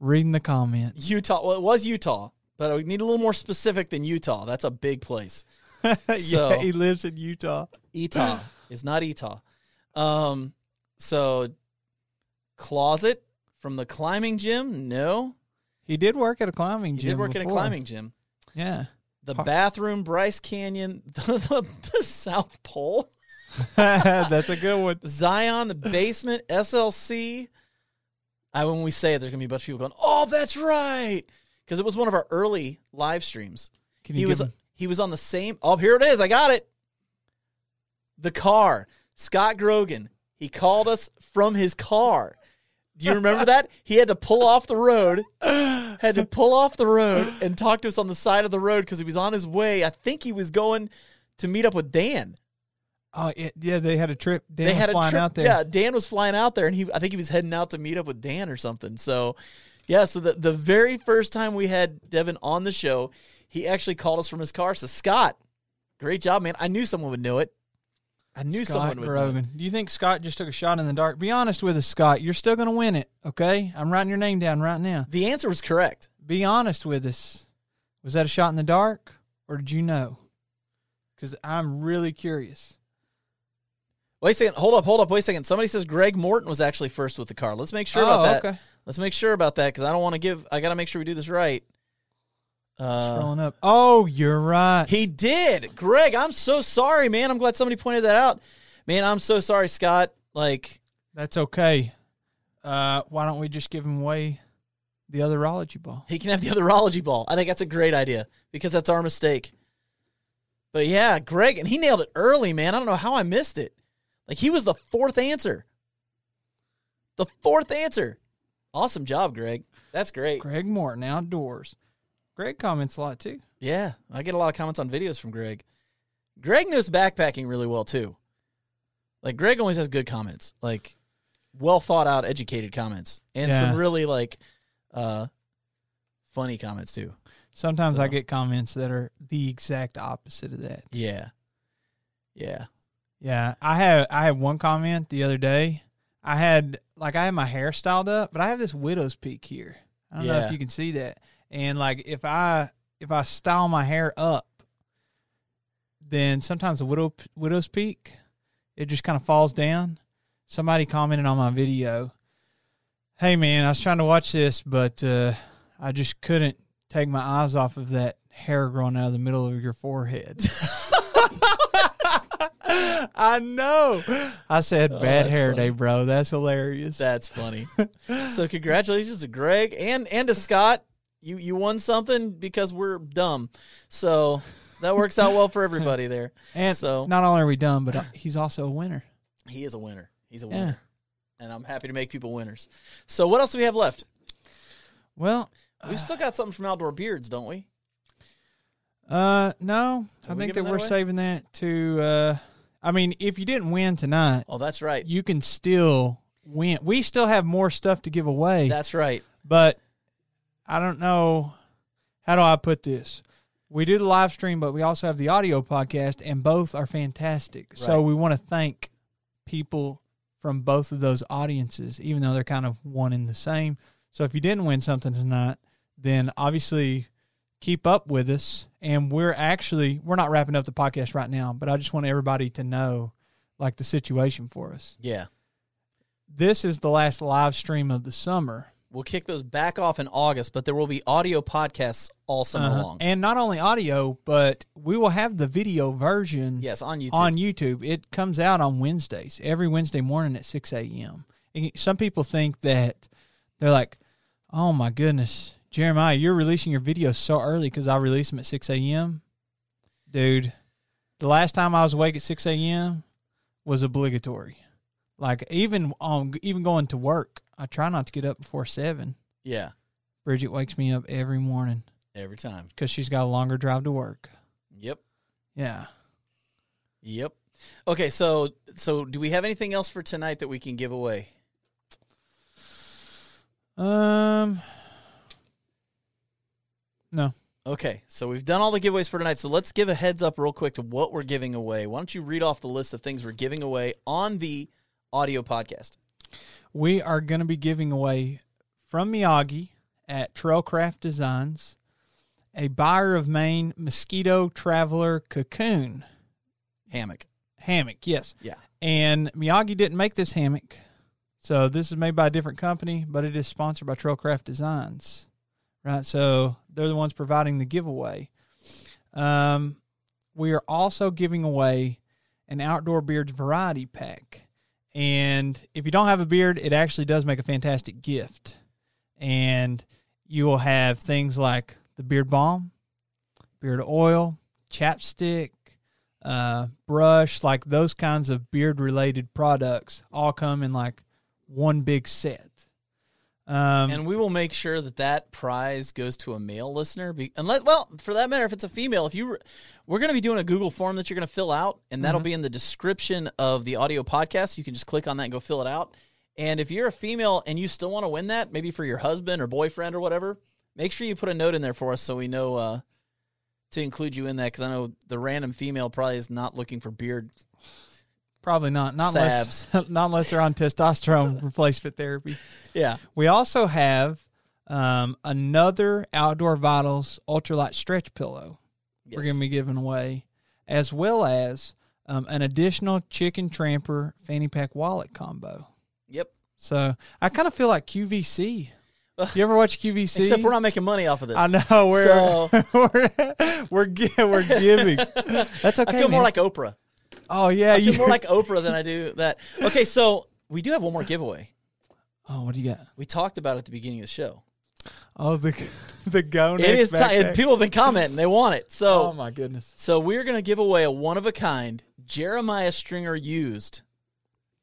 Speaker 2: reading the comments.
Speaker 1: Utah. Well, it was Utah, but we need a little more specific than Utah. That's a big place. So-
Speaker 2: yeah, he lives in Utah.
Speaker 1: Etah is not Etah. Um, so closet from the climbing gym, no.
Speaker 2: He did work at a climbing
Speaker 1: You
Speaker 2: gym.
Speaker 1: did work at a
Speaker 2: before.
Speaker 1: climbing gym.
Speaker 2: Yeah.
Speaker 1: The
Speaker 2: Huh.
Speaker 1: bathroom, Bryce Canyon, the, the, the South Pole,
Speaker 2: That's a good one.
Speaker 1: Zion, the basement, SLC. I when we say it, there's gonna be a bunch of people going, "Oh, that's right," because it was one of our early live streams.
Speaker 2: Can you
Speaker 1: he
Speaker 2: give
Speaker 1: was
Speaker 2: him-
Speaker 1: he was on the same. Oh, here it is. I got it. The car. Scott Grogan. He called us from his car. Do you remember that? He had to pull off the road. Had to pull off the road and talk to us on the side of the road because he was on his way. I think he was going to meet up with Dan.
Speaker 2: Oh yeah, yeah, they had a trip. Dan
Speaker 1: they
Speaker 2: was
Speaker 1: had
Speaker 2: flying
Speaker 1: a trip.
Speaker 2: out there.
Speaker 1: Yeah, Dan was flying out there, and he I think he was heading out to meet up with Dan or something. So, yeah. So the the very first time we had Devin on the show, he actually called us from his car. So Scott, great job, man. I knew someone would know it. I knew
Speaker 2: Scott
Speaker 1: someone would. Know it.
Speaker 2: Grogan. Do you think Scott just took a shot in the dark? Be honest with us, Scott. You're still going to win it, okay? I'm writing your name down right now.
Speaker 1: The answer was correct.
Speaker 2: Be honest with us. Was that a shot in the dark, or did you know? Because I'm really curious.
Speaker 1: Wait a second. Hold up. Hold up. Wait a second. Somebody says Greg Morton was actually first with the car. Let's make sure
Speaker 2: oh,
Speaker 1: about that.
Speaker 2: okay.
Speaker 1: Let's make sure about that because I don't want to give. I got to make sure we do this right. Uh,
Speaker 2: Scrolling up. Oh, you're right.
Speaker 1: He did. Greg, I'm so sorry, man. I'm glad somebody pointed that out. Man, I'm so sorry, Scott. Like,
Speaker 2: That's okay. Uh, why don't we just give him away the otherology ball?
Speaker 1: he can have the otherology ball. I think that's a great idea because that's our mistake. But yeah, Greg, and he nailed it early, man. I don't know how I missed it. Like, he was the fourth answer. The fourth answer. Awesome job, Greg. That's great.
Speaker 2: Greg Morton outdoors. Greg comments a lot too.
Speaker 1: Yeah, I get a lot of comments on videos from Greg. Greg knows backpacking really well too. Like Greg always has good comments, like well thought out, educated comments, and
Speaker 2: Yeah.
Speaker 1: some really like uh funny comments too.
Speaker 2: Sometimes I
Speaker 1: So-
Speaker 2: get comments that are the exact opposite of that.
Speaker 1: Yeah, yeah.
Speaker 2: Yeah, I had I had one comment the other day. I had like I had my hair styled up, but I have this widow's peak here. I don't know
Speaker 1: Yeah.
Speaker 2: if you can see that. And like if I if I style my hair up, then sometimes the widow widow's peak it just kind of falls down. Somebody commented on my video, "Hey man, I was trying to watch this, but uh, I just couldn't take my eyes off of that hair growing out of the middle of your forehead." I know. I said bad
Speaker 1: that's
Speaker 2: hair
Speaker 1: funny.
Speaker 2: day, bro. That's hilarious.
Speaker 1: That's funny. so congratulations to Greg and and to Scott. You you won something because we're dumb. So that works out well for everybody there.
Speaker 2: and
Speaker 1: so-
Speaker 2: not only are we done, but uh, he's also a winner.
Speaker 1: He is a winner. He's a
Speaker 2: Yeah.
Speaker 1: winner. And I'm happy to make people winners. So what else do we have left?
Speaker 2: Well,
Speaker 1: We've still got something from Outdoor Beards, don't we?
Speaker 2: uh, no,
Speaker 1: Are
Speaker 2: I
Speaker 1: we
Speaker 2: think that
Speaker 1: giving that
Speaker 2: we're
Speaker 1: away?
Speaker 2: saving that to. Uh, I mean, if you didn't win tonight,
Speaker 1: Oh, that's right.
Speaker 2: you can still win. We still have more stuff to give away,
Speaker 1: That's right.
Speaker 2: but I don't know how do I put this. We do the live stream, but we also have the audio podcast, and both are fantastic. So
Speaker 1: Right.
Speaker 2: we want to thank people from both of those audiences, even though they're kind of one and the same. So if you didn't win something tonight, then obviously keep up with us. And we're actually we're not wrapping up the podcast right now, but I just want everybody to know like the situation for us
Speaker 1: Yeah.
Speaker 2: this is the last live stream of the summer.
Speaker 1: We'll kick those back off in August, but there will be audio podcasts all summer long.
Speaker 2: Uh-huh. And not only audio, but we will have the video version
Speaker 1: yes, on YouTube.
Speaker 2: on YouTube. It comes out on Wednesdays, every Wednesday morning at 6 a.m. And some people think that they're like, oh my goodness, Jeremiah, you're releasing your videos so early because I release them at 6 a.m. Dude, the last time I was awake at 6 a.m. was obligatory. Like even on even going to work, I try not to get up before seven.
Speaker 1: yeah.
Speaker 2: Bridget wakes me up every morning
Speaker 1: Every time.
Speaker 2: because she's got a longer drive to work.
Speaker 1: Yep.
Speaker 2: Yeah.
Speaker 1: Yep. Okay, so so do we have anything else for tonight that we can give away?
Speaker 2: Um. No.
Speaker 1: Okay, so we've done all the giveaways for tonight. So let's give a heads up real quick to what we're giving away. Why don't you read off the list of things we're giving away on the audio podcast?
Speaker 2: we are going to be giving away from Miyagi at Trailcraft Designs a buyer of Maine mosquito traveler cocoon
Speaker 1: Hammock.
Speaker 2: hammock. Yes.
Speaker 1: Yeah.
Speaker 2: And Miyagi didn't make this hammock. So this is made by a different company, but it is sponsored by Trailcraft Designs. right? So they're the ones providing the giveaway. Um, we are also giving away an outdoor beards variety pack. And if you don't have a beard, it actually does make a fantastic gift. And you will have things like the beard balm, beard oil, chapstick, uh, brush, like those kinds of beard related products all come in like one big set. Um,
Speaker 1: And we will make sure that that prize goes to a male listener. Be, unless, well, for that matter, if it's a female, if you, were- we're going to be doing a Google form that you're going to fill out, and
Speaker 2: Mm-hmm.
Speaker 1: that'll be in the description of the audio podcast. You can just click on that and go fill it out. And if you're a female and you still want to win that, maybe for your husband or boyfriend or whatever, make sure you put a note in there for us so we know uh, to include you in that. Because I know the random female probably is not looking for beard.
Speaker 2: probably not, not unless, not unless they're on testosterone replacement therapy.
Speaker 1: Yeah,
Speaker 2: We also have um, another Outdoor Vitals ultralight stretch pillow. We're
Speaker 1: Yes.
Speaker 2: going to be giving away, as well as um, an additional chicken tramper fanny pack wallet combo.
Speaker 1: yep.
Speaker 2: So I kind of feel like QVC. You ever watch QVC?
Speaker 1: Except we're not making money off of this.
Speaker 2: I know we're
Speaker 1: So-
Speaker 2: we're we're, gi- we're giving. That's
Speaker 1: I
Speaker 2: okay.
Speaker 1: feel more
Speaker 2: man.
Speaker 1: like Oprah.
Speaker 2: oh yeah,
Speaker 1: I feel
Speaker 2: you
Speaker 1: more like Oprah than I do that. Okay, so we do have one more giveaway.
Speaker 2: oh what do you got?
Speaker 1: We talked about it at the beginning of the show.
Speaker 2: Oh the the go.
Speaker 1: it is time. People have been commenting; they want it. So,
Speaker 2: Oh my goodness.
Speaker 1: so we're gonna give away a one of a kind Jeremiah Stringer used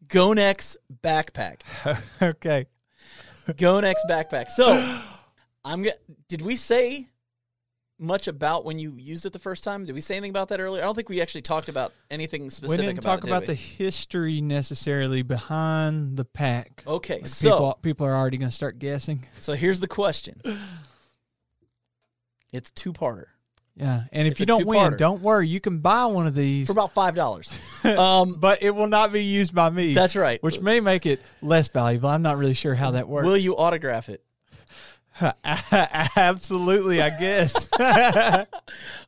Speaker 1: Gonex backpack.
Speaker 2: okay.
Speaker 1: Gonex backpack. So, I'm. go- Did we say much about when you used it the first time? Did we say anything about that earlier? I don't think we actually talked about anything
Speaker 2: We
Speaker 1: specific.
Speaker 2: didn't
Speaker 1: about
Speaker 2: talk
Speaker 1: it, did
Speaker 2: about
Speaker 1: we?
Speaker 2: the history necessarily behind the pack.
Speaker 1: Okay,
Speaker 2: Like,
Speaker 1: so
Speaker 2: people people are already going to start guessing.
Speaker 1: So here's the question. It's two parter
Speaker 2: Yeah, and if
Speaker 1: It's
Speaker 2: you
Speaker 1: a
Speaker 2: don't win,
Speaker 1: two-parter.
Speaker 2: don't worry. You can buy one of these,
Speaker 1: for about five dollars. Um,
Speaker 2: but it will not be used by me.
Speaker 1: that's right.
Speaker 2: Which may make it less valuable. I'm not really sure how that works.
Speaker 1: will you autograph it?
Speaker 2: Absolutely, I guess.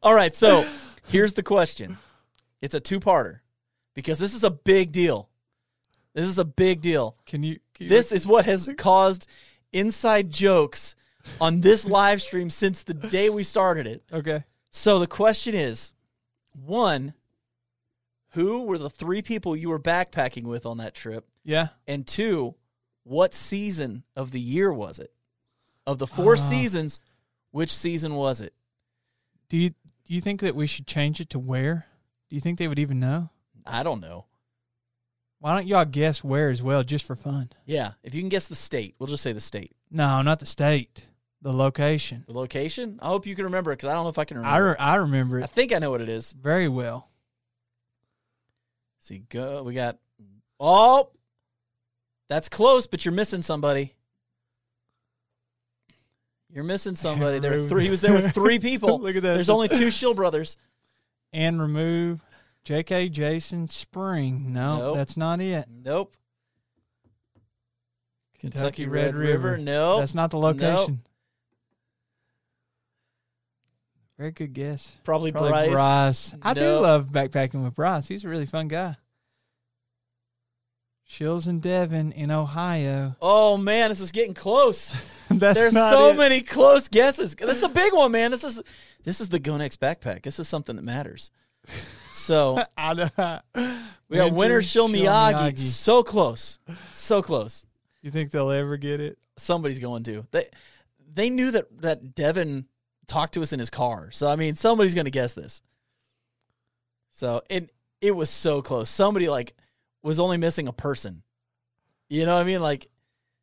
Speaker 1: All right. So here's the question. It's a two parter because this is a big deal. This is a big deal.
Speaker 2: can you? Can you
Speaker 1: This is what has caused inside jokes on this live stream since the day we started it.
Speaker 2: okay.
Speaker 1: So the question is one, who were the three people you were backpacking with on that trip?
Speaker 2: Yeah.
Speaker 1: And two, what season of the year was it? Of the four
Speaker 2: Ah.
Speaker 1: seasons, which season was it?
Speaker 2: Do you do you think that we should change it to where? Do you think they would even know?
Speaker 1: I don't know.
Speaker 2: Why don't y'all guess where as well, just for fun?
Speaker 1: Yeah, if you can guess the state, we'll just say the state.
Speaker 2: No, not the state, the location.
Speaker 1: The location? I hope you can remember it because I don't know if I can
Speaker 2: I
Speaker 1: remember.
Speaker 2: re- I remember
Speaker 1: it. I
Speaker 2: it
Speaker 1: think I know what it is.
Speaker 2: very well.
Speaker 1: See, go. We got. Oh, that's close, but you're missing somebody. You're missing somebody. There were
Speaker 2: Rude.
Speaker 1: three. He was there with three people.
Speaker 2: Look at that.
Speaker 1: There's only two Shill brothers.
Speaker 2: And remove J.K. Jason Spring. No,
Speaker 1: Nope.
Speaker 2: that's not it.
Speaker 1: Nope.
Speaker 2: Kentucky, Red, River.
Speaker 1: Nope.
Speaker 2: That's not the
Speaker 1: Nope.
Speaker 2: location. Very good guess.
Speaker 1: Probably,
Speaker 2: Probably
Speaker 1: Bryce.
Speaker 2: Bryce. I do
Speaker 1: Nope.
Speaker 2: love backpacking with Bryce. He's a really fun guy. Shills and Devon in Ohio.
Speaker 1: Oh man, this is getting close.
Speaker 2: That's
Speaker 1: There's
Speaker 2: not
Speaker 1: so
Speaker 2: it.
Speaker 1: many close guesses. This is a big one, man. This is this is the Gonex backpack. This is something that matters. So
Speaker 2: I know.
Speaker 1: we got winner Shil Miyagi.
Speaker 2: Miyagi.
Speaker 1: So close, so close.
Speaker 2: You think they'll ever get it?
Speaker 1: Somebody's going to. They they knew that that Devin talked to us in his car. So I mean, somebody's going to guess this. So and it was so close. Somebody like was only missing a person. You know what I mean? Like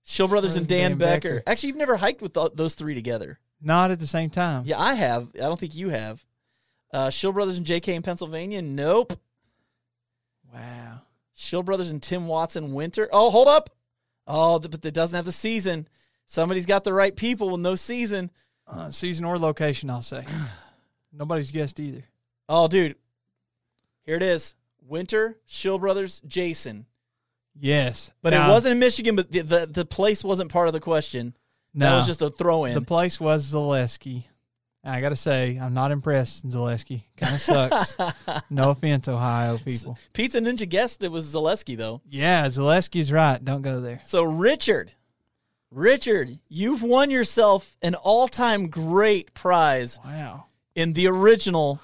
Speaker 1: Shill Brothers and Dan,
Speaker 2: Dan
Speaker 1: Becker.
Speaker 2: Becker.
Speaker 1: Actually, you've never hiked with th- those three together.
Speaker 2: Not at the same time.
Speaker 1: Yeah, I have. I don't think you have. Uh, Shill Brothers and JK in Pennsylvania. Nope.
Speaker 2: Wow.
Speaker 1: Shill Brothers and Tim Watson Winter. Oh, hold up. Oh, th- but it doesn't have the season. Somebody's got the right people with no season.
Speaker 2: Uh, season or location, I'll say. Nobody's guessed either.
Speaker 1: Oh, dude. Here it is. Winter, Shill Brothers, Jason.
Speaker 2: Yes.
Speaker 1: But
Speaker 2: Now,
Speaker 1: it wasn't in Michigan, but the, the, the place wasn't part of the question.
Speaker 2: No.
Speaker 1: That was just a throw in.
Speaker 2: The place was Zaleski. I got to say, I'm not impressed, Zaleski. Kind of sucks. no offense, Ohio people.
Speaker 1: Pizza Ninja guessed it was Zaleski, though.
Speaker 2: Yeah, Zaleski's right. Don't go there.
Speaker 1: So Richard Richard, you've won yourself an all-time great prize
Speaker 2: Wow.
Speaker 1: in the original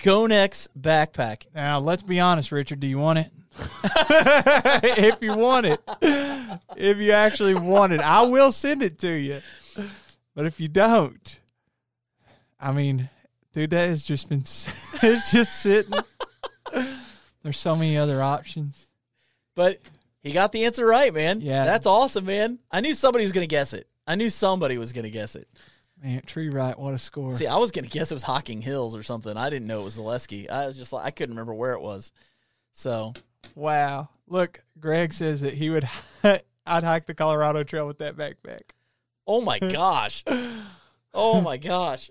Speaker 1: Gonex backpack.
Speaker 2: Now let's be honest, Richard. Do you want it? if you want it, if you actually want it, I will send it to you. But if you don't, I mean, dude, that has just been s- it's just sitting. There's so many other options.
Speaker 1: But he got the answer right, man.
Speaker 2: Yeah.
Speaker 1: That's awesome, man. I knew somebody was going to guess it. I knew somebody was going to guess it.
Speaker 2: Man, tree right, what a score!
Speaker 1: See, I was going to guess it was Hocking Hills or something. I didn't know it was Zaleski. I was just like, I couldn't remember where it was. So,
Speaker 2: Wow, look, Greg says that he would. I'd hike the Colorado Trail with that backpack.
Speaker 1: oh my gosh. Oh my gosh.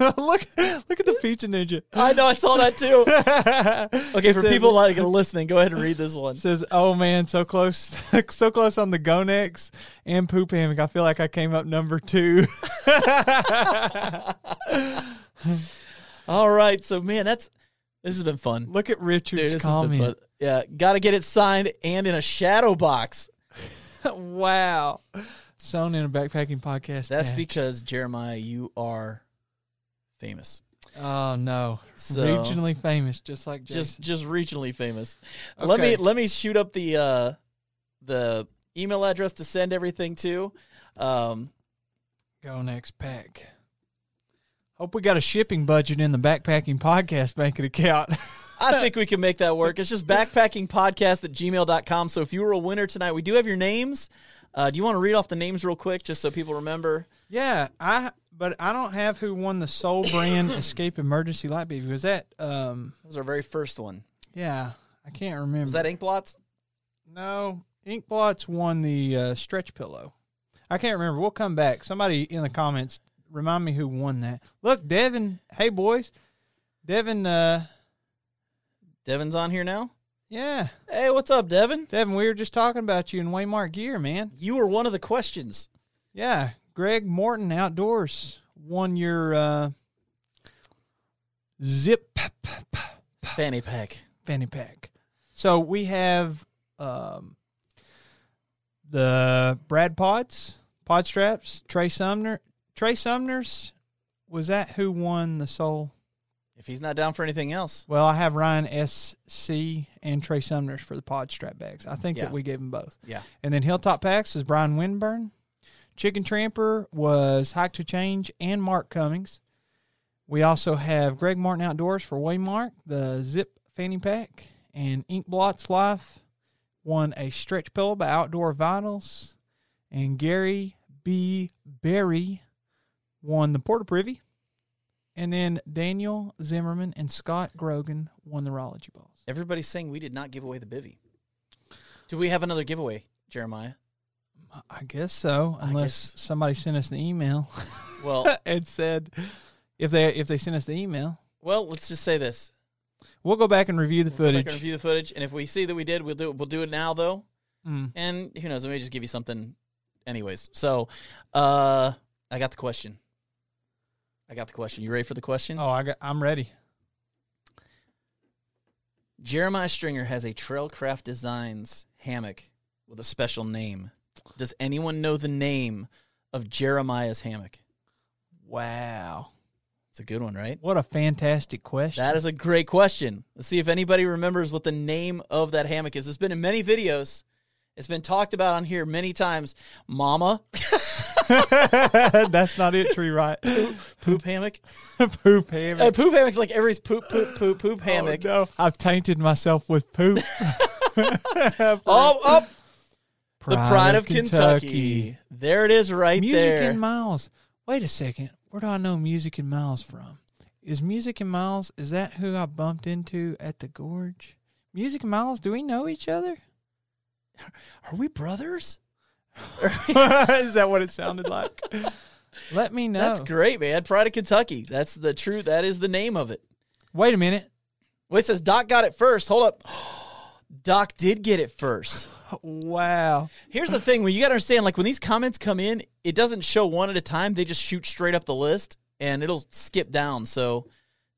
Speaker 2: look, look at the Pizza Ninja.
Speaker 1: I know. I saw that too. Okay, for
Speaker 2: Says-
Speaker 1: people like listening, go ahead and read this one.
Speaker 2: says, "Oh man, so close, so close on the Gonex and poop hammock. I feel like I came up number two.
Speaker 1: All right. So, man, that's this has been fun.
Speaker 2: Look at
Speaker 1: Dude,
Speaker 2: Richard's
Speaker 1: this has been fun.
Speaker 2: comment.
Speaker 1: Yeah. Got to get it signed and in a shadow box.
Speaker 2: wow, sewn in a backpacking podcast.
Speaker 1: That's
Speaker 2: patch.
Speaker 1: because, Jeremiah, you are famous.
Speaker 2: oh no,
Speaker 1: So-
Speaker 2: regionally famous, just like Jason.
Speaker 1: just just regionally famous. Let me
Speaker 2: Okay.
Speaker 1: let me shoot up the uh the email address to send everything to. Um
Speaker 2: Gonex pack. Hope we got a shipping budget in the backpacking podcast banking account.
Speaker 1: I think we can make that work. It's just backpackingpodcast at gmail.com. So if you were a winner tonight, we do have your names. Uh, do you want to read off the names real quick just so people remember?
Speaker 2: yeah, I. But I don't have who won the Soul Brand Escape Emergency Light Beef. Was that? um
Speaker 1: That was our very first one.
Speaker 2: Yeah, I can't remember.
Speaker 1: Was that Inkblots?
Speaker 2: No, Ink Blots won the uh, stretch pillow. I can't remember. We'll come back. Somebody in the comments remind me who won that. Look, Devin. Hey, boys. Devin. Uh,
Speaker 1: Devin's on here now.
Speaker 2: yeah,
Speaker 1: Hey, what's up, Devin?
Speaker 2: Devin. We were just talking about you in Waymark gear, man.
Speaker 1: You were one of the questions.
Speaker 2: Yeah, Greg Morton outdoors won your uh, zip p- p- p-
Speaker 1: Fanny pack.
Speaker 2: fanny pack. So we have um, the Brad Pods, Pod Straps, Trey Sumner. Trey Sumner's, was that who won the Soul?
Speaker 1: If he's not down for anything else.
Speaker 2: Well, I have Ryan S.C. and Trey Sumner's for the Pod Strap bags. I think
Speaker 1: Yeah.
Speaker 2: that we gave them both.
Speaker 1: Yeah.
Speaker 2: And then Hilltop Packs is Brian Winburn. Chicken Tramper was Hike to Change and Mark Cummings. We also have Greg Martin Outdoors for Waymark, the Zip Fanny Pack, and Ink Blots Life won a stretch pillow by Outdoor Vitals. And Gary B. Berry won the Porta Privy. And then Daniel Zimmerman and Scott Grogan won the Rology Balls.
Speaker 1: Everybody's saying we did not give away the bivy. Do we have another giveaway, Jeremiah?
Speaker 2: I guess so,
Speaker 1: I
Speaker 2: unless somebody sent us an email.
Speaker 1: Well,
Speaker 2: and said if they if they send us the email,
Speaker 1: well, let's just say this.
Speaker 2: we'll go back and review the
Speaker 1: We'll go back and
Speaker 2: footage.
Speaker 1: review the footage, and if we see that we did, we'll do it. We'll do it now, though.
Speaker 2: Mm.
Speaker 1: And who knows? We may just give you something, anyways. So, uh, I got the question. I got the question. You ready for the question?
Speaker 2: Oh, I got, I'm ready.
Speaker 1: Jeremiah Stringer has a Trailcraft Designs hammock with a special name. Does anyone know the name of Jeremiah's hammock?
Speaker 2: Wow,
Speaker 1: It's a good one, right?
Speaker 2: what a fantastic question!
Speaker 1: That is a great question. Let's see if anybody remembers what the name of that hammock is. It's been in many videos. It's been talked about on here many times. Mama
Speaker 2: That's not it, Tree Right.
Speaker 1: poop hammock.
Speaker 2: poop hammock.
Speaker 1: Uh, poop hammock's like everybody's poop poop poop poop hammock.
Speaker 2: Oh, no, I've tainted myself with poop.
Speaker 1: Oh, oh, the pride of Kentucky. There it is, right
Speaker 2: Music
Speaker 1: there.
Speaker 2: and Miles. Wait a second. Where do I know Music and Miles from? Is Music and Miles, is that who I bumped into at the gorge? Music and Miles, do we know each other?
Speaker 1: Are we brothers?
Speaker 2: is that what it sounded like? Let me know.
Speaker 1: That's great, man. Pride of Kentucky. That's the true. That is the name of it.
Speaker 2: Wait a minute.
Speaker 1: Wait, it says Doc got it first. Hold up. Doc did get it first.
Speaker 2: Wow.
Speaker 1: Here's the thing: when you got to understand, like when these comments come in, it doesn't show one at a time. They just shoot straight up the list, and it'll skip down. So,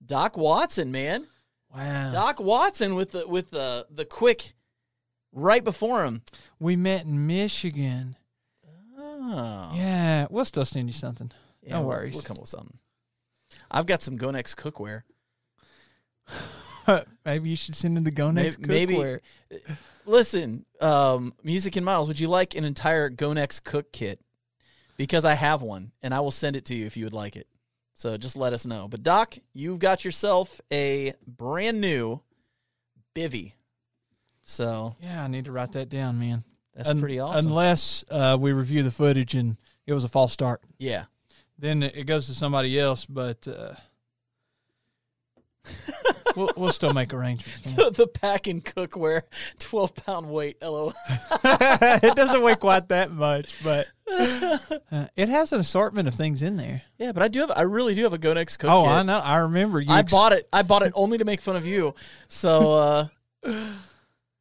Speaker 1: Doc Watson, man,
Speaker 2: Wow.
Speaker 1: Doc Watson with the with the the quick right before him. Oh.
Speaker 2: We met in Michigan that. We'll still send you something.
Speaker 1: Yeah,
Speaker 2: no
Speaker 1: we'll-
Speaker 2: worries.
Speaker 1: We'll come up with something. I've got some Gonex cookware.
Speaker 2: maybe you should send in the Go Next
Speaker 1: Maybe-
Speaker 2: cookware.
Speaker 1: maybe- Listen, um, Music and Miles, would you like an entire Gonex cook kit? Because I have one, and I will send it to you if you would like it. So just let us know. But Doc, you've got yourself a brand new bivy. So
Speaker 2: Yeah, I need to write that down, man.
Speaker 1: that's
Speaker 2: Un-
Speaker 1: pretty awesome.
Speaker 2: Unless uh, we review the footage and it was a false start,
Speaker 1: yeah.
Speaker 2: then it goes to somebody else. But uh, we'll we'll still make arrangements. man.
Speaker 1: the pack and cookware, twelve pound weight. LOL.
Speaker 2: it doesn't weigh quite that much, but uh, it has an assortment of things in there.
Speaker 1: Yeah, but I do have. I really do have a Gonex cook
Speaker 2: Oh,
Speaker 1: kit.
Speaker 2: I know. I remember you.
Speaker 1: I
Speaker 2: ex-
Speaker 1: bought it. I bought it only to make fun of you. So, uh,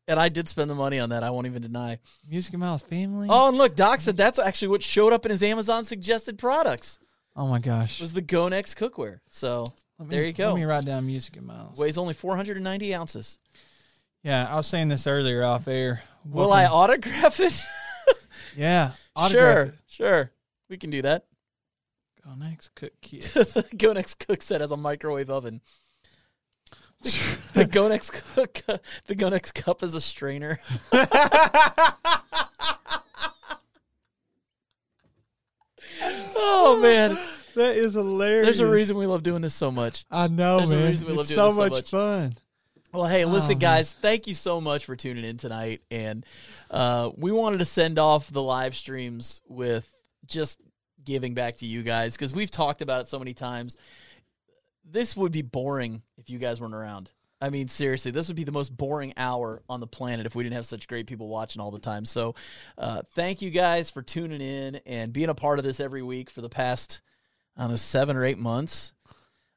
Speaker 1: and I did spend the money on that. I won't even deny.
Speaker 2: Music and Miles Family.
Speaker 1: Oh, and look, Doc said that's actually what showed up in his Amazon suggested products
Speaker 2: Oh my gosh.
Speaker 1: was the Gonex cookware. So
Speaker 2: Let me-
Speaker 1: there you
Speaker 2: Let me
Speaker 1: go.
Speaker 2: write down Music and Miles.
Speaker 1: Weighs only 490 ounces.
Speaker 2: Yeah, I was saying this earlier off air.
Speaker 1: Will I autograph it?
Speaker 2: Yeah.
Speaker 1: sure,
Speaker 2: Autograph it.
Speaker 1: sure. We can do that.
Speaker 2: Go next cook kit.
Speaker 1: Gonex cook set has a microwave oven. The Gonex cook, the Gonex cup is a strainer. oh man,
Speaker 2: that is hilarious.
Speaker 1: there's a reason we love doing this so much.
Speaker 2: I know,
Speaker 1: there's a
Speaker 2: man.
Speaker 1: reason we love
Speaker 2: it's
Speaker 1: doing
Speaker 2: so,
Speaker 1: this so
Speaker 2: much
Speaker 1: much.
Speaker 2: fun.
Speaker 1: Well, hey,
Speaker 2: Oh,
Speaker 1: listen,
Speaker 2: man.
Speaker 1: guys, thank you so much for tuning in tonight. And uh, we wanted to send off the live streams with just giving back to you guys because we've talked about it so many times. This would be boring if you guys weren't around. I mean, seriously, this would be the most boring hour on the planet if we didn't have such great people watching all the time. So, uh, thank you guys for tuning in and being a part of this every week for the past, I don't know, seven or eight months.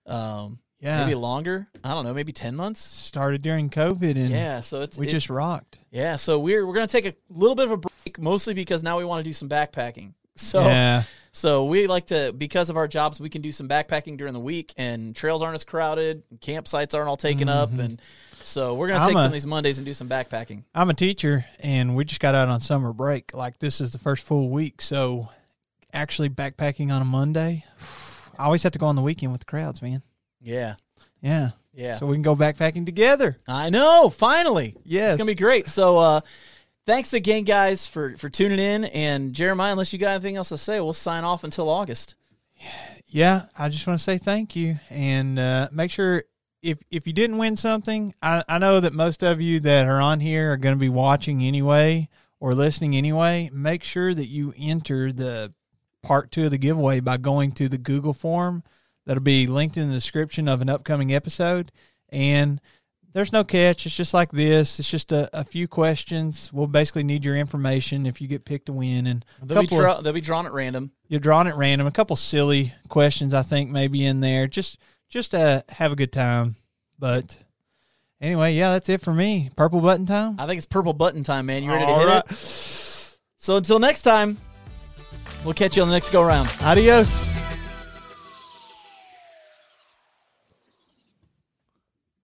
Speaker 1: Um,
Speaker 2: Yeah.
Speaker 1: Maybe longer. I don't know. Maybe 10 months.
Speaker 2: Started during COVID and
Speaker 1: Yeah, so it's
Speaker 2: we
Speaker 1: it-
Speaker 2: just rocked.
Speaker 1: yeah, so we're we're gonna take a little bit of a break, mostly because now we want to do some backpacking. So
Speaker 2: yeah.
Speaker 1: so we like to because of our jobs, we can do some backpacking during the week, and trails aren't as crowded, and campsites aren't all taken up, and so we're gonna
Speaker 2: Mm-hmm. I'm
Speaker 1: take some
Speaker 2: a-
Speaker 1: of these Mondays and do some backpacking.
Speaker 2: I'm a teacher and we just got out on summer break. Like this is the first full week, so actually backpacking on a Monday. I always have to go on the weekend with the crowds, man.
Speaker 1: Yeah,
Speaker 2: Yeah.
Speaker 1: yeah.
Speaker 2: So we can go backpacking together.
Speaker 1: I know. Finally,
Speaker 2: Yes.
Speaker 1: it's gonna be great. So. uh Thanks again, guys, for, for tuning in. And Jeremiah, unless you got anything else to say, we'll sign off until August.
Speaker 2: yeah, I just want to say thank you and uh, make sure if if you didn't win something, I, I know that most of you that are on here are going to be watching anyway or listening anyway. Make sure that you enter the part two of the giveaway by going to the Google form that'll be linked in the description of an upcoming episode. And there's no catch. It's just like this. It's just a, a few questions. We'll basically need your information if you get picked to win. And a
Speaker 1: They'll be,
Speaker 2: couple of-
Speaker 1: draw, they'll be drawn at random.
Speaker 2: you're drawing at random. A couple silly questions, I think, maybe in there. Just just uh, have a good time. But anyway, yeah, that's it for me. Purple button time.
Speaker 1: I think it's purple button time, man. You ready to
Speaker 2: All
Speaker 1: hit
Speaker 2: right.
Speaker 1: it? So until next time, we'll catch you on the next go round.
Speaker 2: Adios.